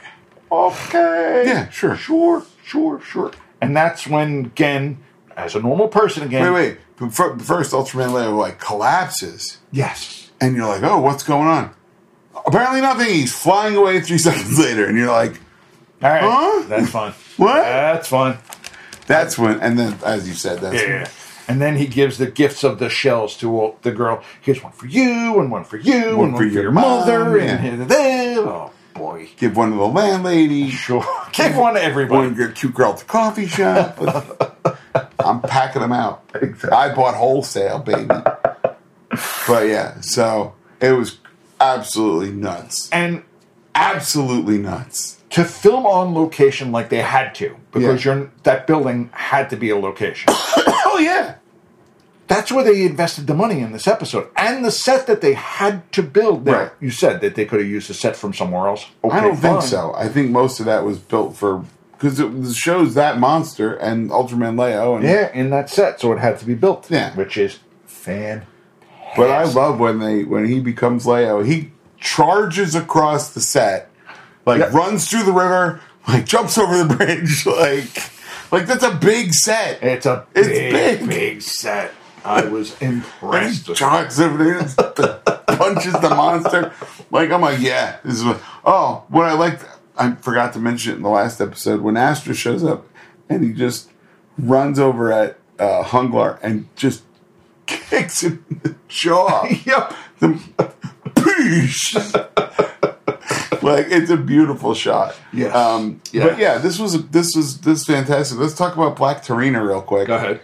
[SPEAKER 3] Okay.
[SPEAKER 2] Yeah, sure.
[SPEAKER 3] Sure, sure, sure. And that's when Gen, as a normal person again.
[SPEAKER 2] Wait, wait. But fir- First, Ultraman Leo like collapses,
[SPEAKER 3] Yes.
[SPEAKER 2] and you're like, "Oh, what's going on?" Apparently, nothing. He's flying away three seconds later, and you're like,
[SPEAKER 3] All right.
[SPEAKER 2] Huh?
[SPEAKER 3] That's fun.
[SPEAKER 2] What?
[SPEAKER 3] That's fun.
[SPEAKER 2] "That's when." And then, as you said, that's
[SPEAKER 3] Yeah. And then he gives the gifts of the shells to all, the girl. Here's one for you, and one for you, and one for your,
[SPEAKER 2] mom,
[SPEAKER 3] mother,
[SPEAKER 2] yeah.
[SPEAKER 3] and here to them. Oh boy,
[SPEAKER 2] give one to the landlady.
[SPEAKER 3] sure. Give one to everybody.
[SPEAKER 2] Going to get cute girl at the coffee shop. I'm packing them out. I bought wholesale, baby. but yeah, so it was absolutely nuts.
[SPEAKER 3] And
[SPEAKER 2] Absolutely nuts.
[SPEAKER 3] to film on location like they had to, because
[SPEAKER 2] Yeah.
[SPEAKER 3] you're that building had to be a location.
[SPEAKER 2] Oh yeah.
[SPEAKER 3] That's where they invested the money in this episode, and the set that they had to build. There,
[SPEAKER 2] Right.
[SPEAKER 3] you said that they could have used a set from somewhere else. Okay,
[SPEAKER 2] I don't think
[SPEAKER 3] fine.
[SPEAKER 2] so. I think most of that was built for because it was- shows that monster and Ultraman Leo and
[SPEAKER 3] Yeah, in that set, so it had to be built.
[SPEAKER 2] Yeah.
[SPEAKER 3] which is fan.
[SPEAKER 2] But I love when they when he becomes Leo, he charges across the set, like
[SPEAKER 3] Yeah.
[SPEAKER 2] runs through the river, like jumps over the bridge, like like that's a big set. And
[SPEAKER 3] It's a
[SPEAKER 2] It's
[SPEAKER 3] big,
[SPEAKER 2] big.
[SPEAKER 3] big, set. I was
[SPEAKER 2] he
[SPEAKER 3] impressed.
[SPEAKER 2] jogs over there, and punches the monster. Like I'm like, yeah, this is what. Oh, what I liked. I forgot to mention it in the last episode when Astra shows up and he just runs over at uh, Hunglar and just kicks him in the jaw.
[SPEAKER 3] yep.
[SPEAKER 2] the peace. like it's a beautiful shot.
[SPEAKER 3] Yes.
[SPEAKER 2] Um,
[SPEAKER 3] Yeah.
[SPEAKER 2] But yeah, this was this was this is fantastic. Let's talk about Black Tarina real quick.
[SPEAKER 3] Go ahead.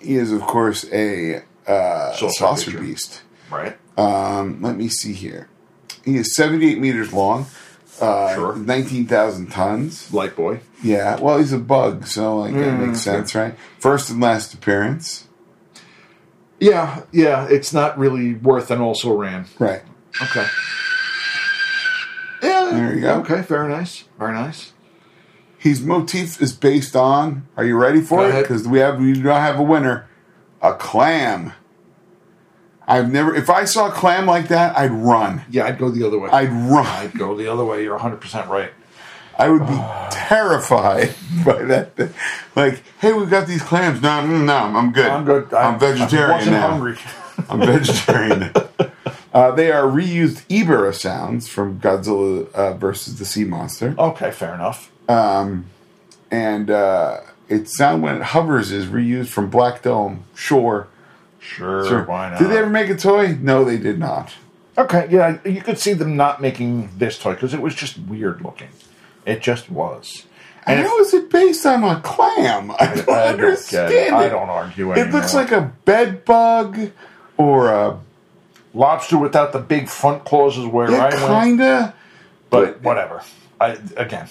[SPEAKER 2] He is of course a uh,
[SPEAKER 3] Saucer
[SPEAKER 2] saucer
[SPEAKER 3] creature.
[SPEAKER 2] beast.
[SPEAKER 3] Right.
[SPEAKER 2] Um, let me see here. He is seventy-eight meters long. Uh,
[SPEAKER 3] Sure.
[SPEAKER 2] Nineteen thousand tons.
[SPEAKER 3] Light boy.
[SPEAKER 2] Yeah. Well, he's a bug, so like that
[SPEAKER 3] Hmm.
[SPEAKER 2] makes sense, right? First and last appearance.
[SPEAKER 3] Yeah, yeah. It's not really worth an also ran.
[SPEAKER 2] Right.
[SPEAKER 3] Okay. Yeah.
[SPEAKER 2] There you go.
[SPEAKER 3] Okay. Very nice. Very nice.
[SPEAKER 2] His motif is based on. Are you ready for
[SPEAKER 3] Go
[SPEAKER 2] it?
[SPEAKER 3] ahead.
[SPEAKER 2] Because we have we do not have a winner. A clam. I've never. If I saw a clam like that, I'd run.
[SPEAKER 3] Yeah, I'd go the other way.
[SPEAKER 2] I'd run.
[SPEAKER 3] I'd go the other way. You're 100 percent right.
[SPEAKER 2] I would be terrified by that. thing. Like, hey, we've got these clams. No, mm, no, I'm good.
[SPEAKER 3] I'm good.
[SPEAKER 2] I'm,
[SPEAKER 3] I-
[SPEAKER 2] vegetarian
[SPEAKER 3] I wasn't
[SPEAKER 2] now.
[SPEAKER 3] hungry.
[SPEAKER 2] I'm vegetarian. uh, they are reused Ibera sounds from Godzilla uh, versus the Sea Monster.
[SPEAKER 3] Okay. Fair enough.
[SPEAKER 2] and uh, its sound when it hovers is reused from Black Dome. Sure.
[SPEAKER 3] Sure.
[SPEAKER 2] sure.
[SPEAKER 3] Why not?
[SPEAKER 2] Did they ever make a toy? No, they did not.
[SPEAKER 3] Okay, yeah, you could see them not making this toy because it was just weird looking. It just was. And
[SPEAKER 2] How is it based on a clam? I don't
[SPEAKER 3] I don't
[SPEAKER 2] understand
[SPEAKER 3] get it.
[SPEAKER 2] it.
[SPEAKER 3] I don't argue anymore.
[SPEAKER 2] It looks like a bed bug or a
[SPEAKER 3] lobster without the big front claws is where
[SPEAKER 2] yeah,
[SPEAKER 3] I went.
[SPEAKER 2] kinda.
[SPEAKER 3] But whatever. I again,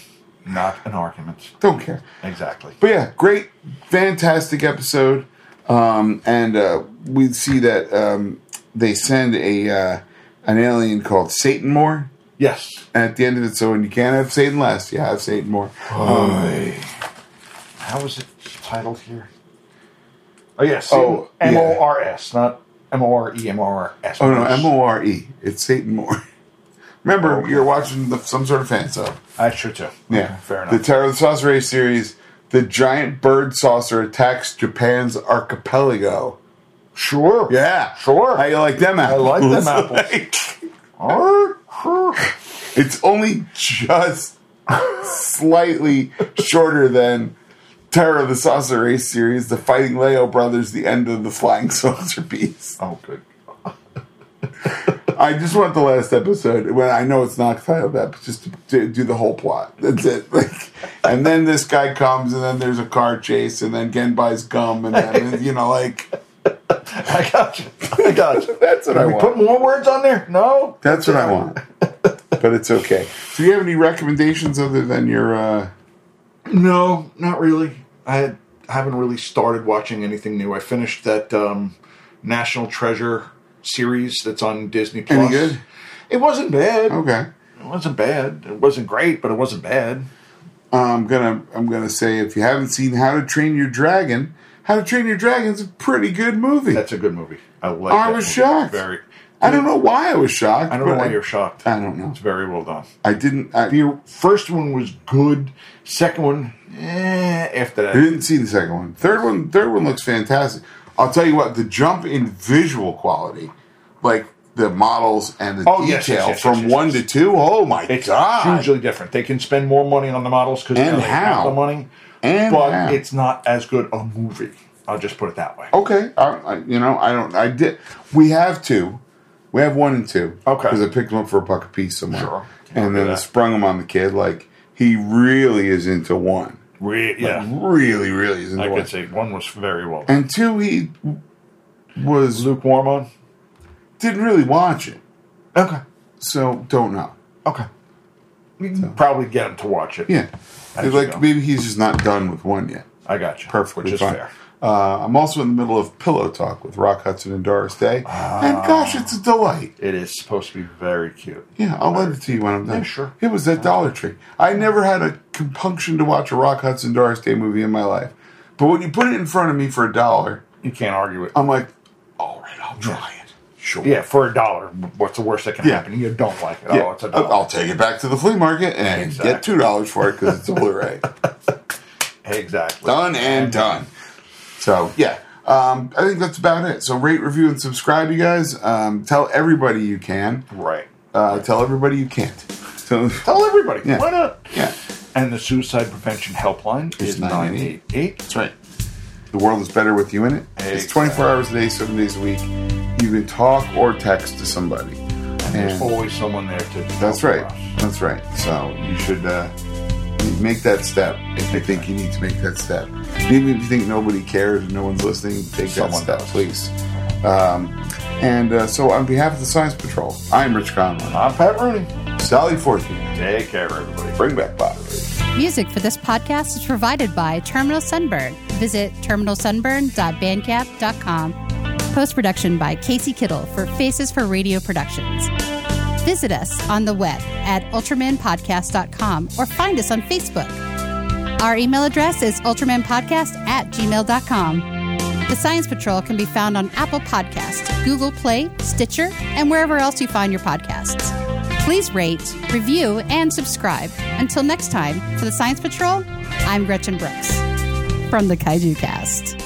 [SPEAKER 3] not an argument.
[SPEAKER 2] Don't care.
[SPEAKER 3] Exactly.
[SPEAKER 2] But yeah, great, fantastic episode. Um, and uh, we see that um, they send a uh, an alien called Satan Moore
[SPEAKER 3] Yes.
[SPEAKER 2] at the end of it. So when you can't have Satan less, you have Satan Moore.
[SPEAKER 3] How is it titled here? Oh yes.
[SPEAKER 2] Oh, yeah.
[SPEAKER 3] M O R S, not M O R E M O R S.
[SPEAKER 2] Oh no, M O R E. It's Satan Moore. Remember, you're watching the, some sort of fan sub.
[SPEAKER 3] That's true too.
[SPEAKER 2] Yeah,
[SPEAKER 3] Okay, fair
[SPEAKER 2] The
[SPEAKER 3] enough.
[SPEAKER 2] Terror of the Saucer Race series. The giant bird saucer attacks Japan's archipelago.
[SPEAKER 3] sure.
[SPEAKER 2] Yeah,
[SPEAKER 3] Sure.
[SPEAKER 2] How you like them
[SPEAKER 3] I uh,
[SPEAKER 2] apples?
[SPEAKER 3] like them apples. Arr, arr.
[SPEAKER 2] It's only just slightly shorter than Terror of the Saucer Race series, the Fighting Leo Brothers, the end of the Flying Saucer piece.
[SPEAKER 3] Oh good.
[SPEAKER 2] I just want the last episode when I know it's not titled that, but just to, to do the whole plot. That's it. Like, and then this guy comes, and then there's a car chase, and then Gen buys gum, and then you know, like
[SPEAKER 3] I got you. I got you.
[SPEAKER 2] that's what I
[SPEAKER 3] Can we
[SPEAKER 2] want.
[SPEAKER 3] put more words on there? No.
[SPEAKER 2] that's what I want. But it's okay. Do you have any recommendations other than your? uh
[SPEAKER 3] No, not really. I haven't really started watching anything new. I finished that um, National Treasure series that's on Disney Plus.
[SPEAKER 2] Any good?
[SPEAKER 3] It wasn't bad.
[SPEAKER 2] Okay.
[SPEAKER 3] It wasn't bad. It wasn't great, but it wasn't bad.
[SPEAKER 2] I'm gonna I'm gonna say if you haven't seen How to Train Your Dragon, How to Train Your Dragon's a pretty good movie.
[SPEAKER 3] That's a good movie. I like.
[SPEAKER 2] I
[SPEAKER 3] that
[SPEAKER 2] was
[SPEAKER 3] movie.
[SPEAKER 2] shocked.
[SPEAKER 3] Very.
[SPEAKER 2] I don't know why I was shocked.
[SPEAKER 3] I don't know
[SPEAKER 2] but
[SPEAKER 3] why you're shocked.
[SPEAKER 2] I don't know.
[SPEAKER 3] It's very well done.
[SPEAKER 2] I didn't. I,
[SPEAKER 3] Your first one was good. Second one, eh, after
[SPEAKER 2] I
[SPEAKER 3] that,
[SPEAKER 2] didn't see the second one. Third one. Third one looks fantastic. I'll tell you what. The jump in visual quality, like the models and the
[SPEAKER 3] Oh,
[SPEAKER 2] detail
[SPEAKER 3] yes, yes, yes,
[SPEAKER 2] from
[SPEAKER 3] yes, yes,
[SPEAKER 2] one
[SPEAKER 3] yes.
[SPEAKER 2] to two. Oh my
[SPEAKER 3] it's
[SPEAKER 2] god!
[SPEAKER 3] hugely different. They can spend more money on the models because
[SPEAKER 2] And
[SPEAKER 3] they have
[SPEAKER 2] how.
[SPEAKER 3] the money.
[SPEAKER 2] And
[SPEAKER 3] but
[SPEAKER 2] how. Oh.
[SPEAKER 3] it's not as good a movie. I'll just put it that way.
[SPEAKER 2] Okay, I, I, you know, I don't. I did. We have two. We have one and two.
[SPEAKER 3] Okay.
[SPEAKER 2] because I picked them up for a buck a piece somewhere,
[SPEAKER 3] Sure.
[SPEAKER 2] and then
[SPEAKER 3] do
[SPEAKER 2] I
[SPEAKER 3] that.
[SPEAKER 2] sprung them on the kid. Like he really is into one.
[SPEAKER 3] Re- yeah,
[SPEAKER 2] Really, really is into
[SPEAKER 3] I
[SPEAKER 2] one.
[SPEAKER 3] could say one was very well. done.
[SPEAKER 2] And two, he was
[SPEAKER 3] lukewarm on.
[SPEAKER 2] didn't really watch it,
[SPEAKER 3] Okay,
[SPEAKER 2] so don't know.
[SPEAKER 3] okay. You can probably get him to watch it.
[SPEAKER 2] Yeah,
[SPEAKER 3] How'd
[SPEAKER 2] It's
[SPEAKER 3] you
[SPEAKER 2] like
[SPEAKER 3] go?
[SPEAKER 2] maybe he's just not done with one yet.
[SPEAKER 3] I got you.
[SPEAKER 2] Perfectly
[SPEAKER 3] which is
[SPEAKER 2] fine.
[SPEAKER 3] fair.
[SPEAKER 2] Uh, I'm also in the middle of Pillow Talk with Rock Hudson and Doris Day,
[SPEAKER 3] Ah.
[SPEAKER 2] and gosh, it's a delight.
[SPEAKER 3] It is supposed to be very cute.
[SPEAKER 2] Yeah, I'll lend it to you when I'm done.
[SPEAKER 3] Yeah, sure.
[SPEAKER 2] It was at Dollar Tree. I never had a compunction to watch a Rock Hudson Doris Day movie in my life. But when you put it in front of me for a dollar,
[SPEAKER 3] You can't argue it.
[SPEAKER 2] I'm like, all right, I'll try it. Sure.
[SPEAKER 3] yeah, for a dollar, what's the worst that can
[SPEAKER 2] Yeah.
[SPEAKER 3] happen? You don't like it.
[SPEAKER 2] Yeah.
[SPEAKER 3] Oh, it's a dollar.
[SPEAKER 2] I'll take it back to the flea market and get
[SPEAKER 3] Exactly.
[SPEAKER 2] $2 for it because it's a Blu ray.
[SPEAKER 3] Exactly.
[SPEAKER 2] done and done. So, yeah. Um, I think that's about it. So, rate, review, and subscribe, you guys. Um, tell everybody you can.
[SPEAKER 3] Right.
[SPEAKER 2] Uh, tell everybody you can't. So,
[SPEAKER 3] Tell everybody.
[SPEAKER 2] Yeah.
[SPEAKER 3] Why not?
[SPEAKER 2] yeah.
[SPEAKER 3] And the suicide prevention helpline
[SPEAKER 2] It's
[SPEAKER 3] is 988.
[SPEAKER 2] That's right. The world is better with you in it. It's 24 hours a day, seven days a week. You can talk or text to somebody.
[SPEAKER 3] There's
[SPEAKER 2] And
[SPEAKER 3] always someone there to.
[SPEAKER 2] that's
[SPEAKER 3] help
[SPEAKER 2] right.
[SPEAKER 3] us.
[SPEAKER 2] That's right. So you should uh, make that step if you think you need to make that step. Maybe if you think nobody cares and no one's listening, take
[SPEAKER 3] Someone
[SPEAKER 2] that step,
[SPEAKER 3] does.
[SPEAKER 2] please. Um, and uh, so, on behalf of the Science Patrol, I'm Rich Conlon.
[SPEAKER 3] I'm Pat Rooney.
[SPEAKER 2] Sally Fortune,
[SPEAKER 3] Take care, everybody.
[SPEAKER 2] bring back Bob.
[SPEAKER 1] Music for this podcast is provided by Terminal Sunburn. Visit terminalsunburn.bandcamp.com. Post production by Casey Kittle for Faces for Radio Productions. Visit us on the web at ultramanpodcast.com or find us on Facebook. Our email address is ultramanpodcast at gmail.com. The Science Patrol can be found on Apple Podcasts, Google Play, Stitcher, and wherever else you find your podcasts. Please rate, review, and subscribe. Until next time, for the Science Patrol, I'm Gretchen Brooks from the Kaiju Cast.